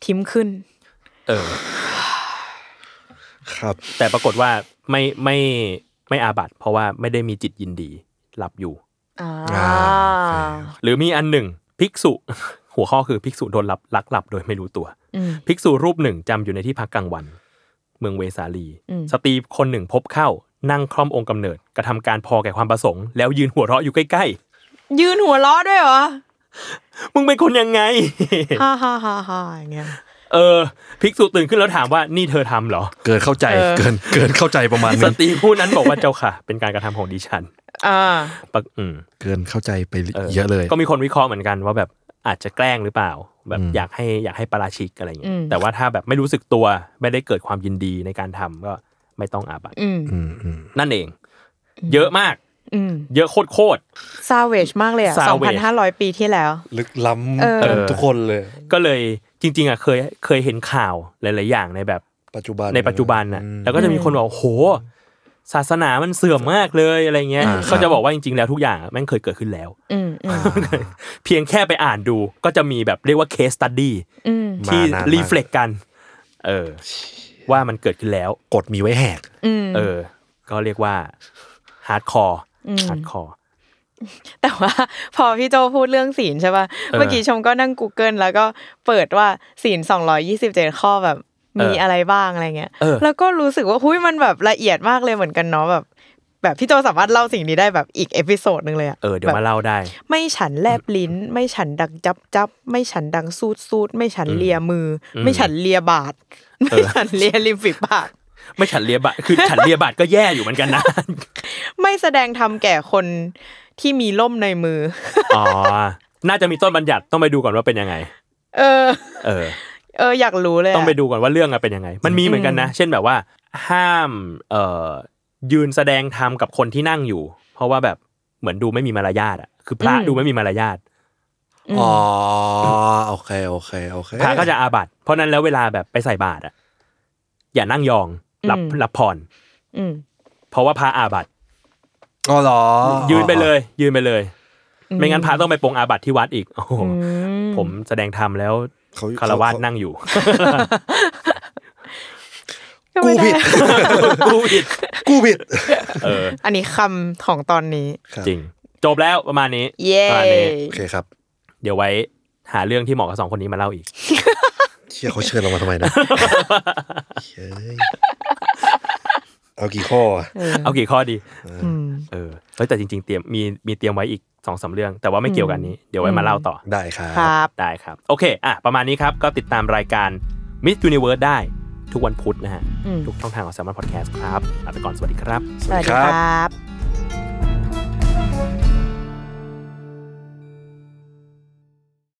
Speaker 3: ทิมขึ้น
Speaker 2: เออ
Speaker 4: ครับ
Speaker 2: แต่ปรากฏว่าไม่ไม่ไม่อาบัติ เพราะว่าไม่ได้มีจิตยินดีหลับอยู่
Speaker 3: อ่า
Speaker 4: อ่า
Speaker 2: หรือมีอันหนึ่งภิกษุ หัวข้อคือภิกษุโดนลับลักหลับโดยไม่รู้ตัว
Speaker 3: อืม
Speaker 2: ภิกษุรูปหนึ่งจำอยู่ในที่พักกลางวัน เมืองเวสาลี
Speaker 3: อืม
Speaker 2: สตรีคนหนึ่งพบเข้า นั่งคล่อมองค์กำเนิดกระทำการพอแก่ความประสงค์ แล้วยืนหัวเราะอยู่ใกล้
Speaker 3: ยืนหัวล้อด้วยเหรอ
Speaker 2: ๆ มึงเป็นคนยังไง
Speaker 3: ฮ่าฮ่าฮ่าฮ่าอย่างเงี้ย
Speaker 2: เออ ภิกษุตื่นขึ้นแล้วถามว่านี่เธอทำเหรอ
Speaker 4: เกินเข้าใจ
Speaker 3: เออ
Speaker 4: เกินเกินเข้าใจประมาณ
Speaker 2: ส
Speaker 4: นึง
Speaker 2: ตรีผู้นั้นบอกว่าเจ้าค่ะ เป็นการกระทำของดิฉัน
Speaker 3: อ่า
Speaker 2: ปะอืม
Speaker 4: เกินเข้าใจไปเยอะเลย
Speaker 2: ก็มีคนวิเคราะห์เหมือนกันว่าแบบอาจจะแกล้งหรือเปล่า แบบ
Speaker 4: อืม
Speaker 2: อยากให้อยากให้ปาราชิกอะไรอย่างเงี้
Speaker 3: อื
Speaker 2: ย
Speaker 3: ม
Speaker 2: แต่ว่าถ้าแบบไม่รู้สึกตัวไม่ได้เกิดความยินดีในการทำก็ไม่ต้องอาบัติ
Speaker 3: อืม
Speaker 4: อืมอืม
Speaker 2: นั่นเอง เยอะมาก
Speaker 3: อืม
Speaker 2: เยอะโคตร
Speaker 3: ซาเวจมากเลยอ่ะ
Speaker 2: Savage
Speaker 3: สองพันห้าร้อยปีที่แล้ว
Speaker 4: ลึกล้
Speaker 3: เออ
Speaker 4: ำทุกคนเลย
Speaker 2: ๆก็เลยจริง ๆอ่ะเคยเคยเห็นข่าวหลาย ๆ อย่างในแบบ
Speaker 4: ปัจจุบัน
Speaker 2: ในปัจจุบันน่ะ
Speaker 4: อืม
Speaker 2: แล้วก็จะมีคนบอกว่าโห ศาสนามันเสื่อมมากเลยอะไรเงี้ย
Speaker 4: อ่าครับ
Speaker 2: ก็จะบอกว่าจริง ๆ แล้วทุกอย่างแม่งเคยเกิดขึ้นแล้ว
Speaker 3: อืมอื
Speaker 4: อ่าม
Speaker 2: เพียงแค่ไปอ่านดูก็จะมีแบบเรียกว่า case study
Speaker 3: อืม
Speaker 4: มา
Speaker 2: ที่
Speaker 4: นานมาก
Speaker 2: รีเฟล็กกัน เออ ว่ามันเกิดขึ้นแล้ว
Speaker 4: กฎมีไว้แหก
Speaker 3: อืม
Speaker 2: เออ ก็เรียกว่าฮาร์ดคอร์ฮาร์ดคอร์
Speaker 3: แต่ว่า พอพี่โจพูดเรื่องศีลใช่ป่ะ เมื่อกี้ชมก็นั่ง Google แล้วก็เปิดว่าศีลสองร้อยี่สิบเจ็ดข้อแบบ มี
Speaker 2: เอออ
Speaker 3: อะไรบ้างอะไรเงี้ย
Speaker 2: เออ
Speaker 3: แล้วก็รู้สึกว่า หุ้ยมันแบบละเอียดมากเลยเหมือนกันเนาะแบบ แบบพี่โจสามารถเล่าสิ่งนี้ได้แบบอีกเอพิโซดหนึ่งเลยอะ
Speaker 2: เออ เดี๋ยว
Speaker 3: แบบ
Speaker 2: มาเล่าได้
Speaker 3: ไม่ฉันแลบลิ้น ไม่ฉันดังจับจับไม่ฉันดังซูดซูดไม่ฉันเลียมืออ
Speaker 2: ม
Speaker 3: ไม่ฉันเลียบาด
Speaker 2: เอ
Speaker 3: ไม่
Speaker 2: อ
Speaker 3: ฉันเลียริมฝีปาก
Speaker 2: ไม่ฉันเลียบาทคือ ฉันเลียบาทก็แย่อยู่เหมือนกันนะ
Speaker 3: ไม่แสดงทำแก่คนที่มีล่มในมือ
Speaker 2: อ๋อ น่าจะมีต้นบัญญัติต้องไปดูก่อนว่าเป็นยังไง
Speaker 3: เออ
Speaker 2: เออ
Speaker 3: เอออยากรู้เลยะ
Speaker 2: ต้องไปดูก่อนว่าเรื่องอะเป็นยังไง มันมีเหมือนกันนะ เช่นแบบว่า ห้าม เอ่อ ยืนแสดงธรรมกับคนที่นั่งอยู่ เพราะว่าแบบเหมือนดูไม่มีมารยาทอะคือพระดูไม่มีมารยาท
Speaker 3: อืม
Speaker 4: อ๋อโอเคโอเคโอเค
Speaker 2: พระก็จะอาบัติ เพราะนั้นแล้วเวลาแบบไปใส่บาตรอ่ะ อย่านั่งยองรับรับผ่อน
Speaker 3: อืม
Speaker 2: เพราะว่าพระอาบัติ
Speaker 4: อ๋อเหรอ
Speaker 2: ยืนไปเลย ยืนไปเลย ไม่งั้นพระต้องไปปรงอาบัติที่วัดอีก โอ้โห
Speaker 3: อื
Speaker 2: ผมแสดงธรรมแล้ว
Speaker 4: เขา
Speaker 2: คารวาสนั่งอยู่
Speaker 4: กู
Speaker 3: ไม่ไ
Speaker 4: ผิด
Speaker 2: กูผิด
Speaker 4: กูผิด
Speaker 2: เออ
Speaker 3: อันนี้คำของตอนนี้
Speaker 4: ครับ
Speaker 2: จริง จบแล้วประมาณนี้
Speaker 3: เย้
Speaker 2: ประมาณนี้
Speaker 4: โอเคครับ
Speaker 2: เดี๋ยวไว้หาเรื่องที่เหมาะกับสองคนนี้มาเล่าอีก
Speaker 4: เชี่ยเขาเชิญเรามาทำไม นะเฮ้ยเอากี่ข้ออะ
Speaker 2: เอากี่ข้อดี
Speaker 3: อืม
Speaker 2: เออเฮ้ยแต่จริง ๆ เตรียมมีมีเตรียมไว้อีกสองสามเรื่อง แต่ว่าไม่เกี่ยวกันนี้เดี๋ยวไว้มาเล่าต่อ
Speaker 4: ได้ครับ
Speaker 3: ครับ
Speaker 2: ได้ครับ โอเค อ่ะ ประมาณนี้ครับ ก็ติดตามรายการ Miss Universe ได้ทุกวันพุธนะฮะ
Speaker 3: อืม
Speaker 2: ทุกช่องทางของ s ซ l m o n Podcast ครับลาไปก่อน สวัสดีครับ
Speaker 3: สวัสดีครับ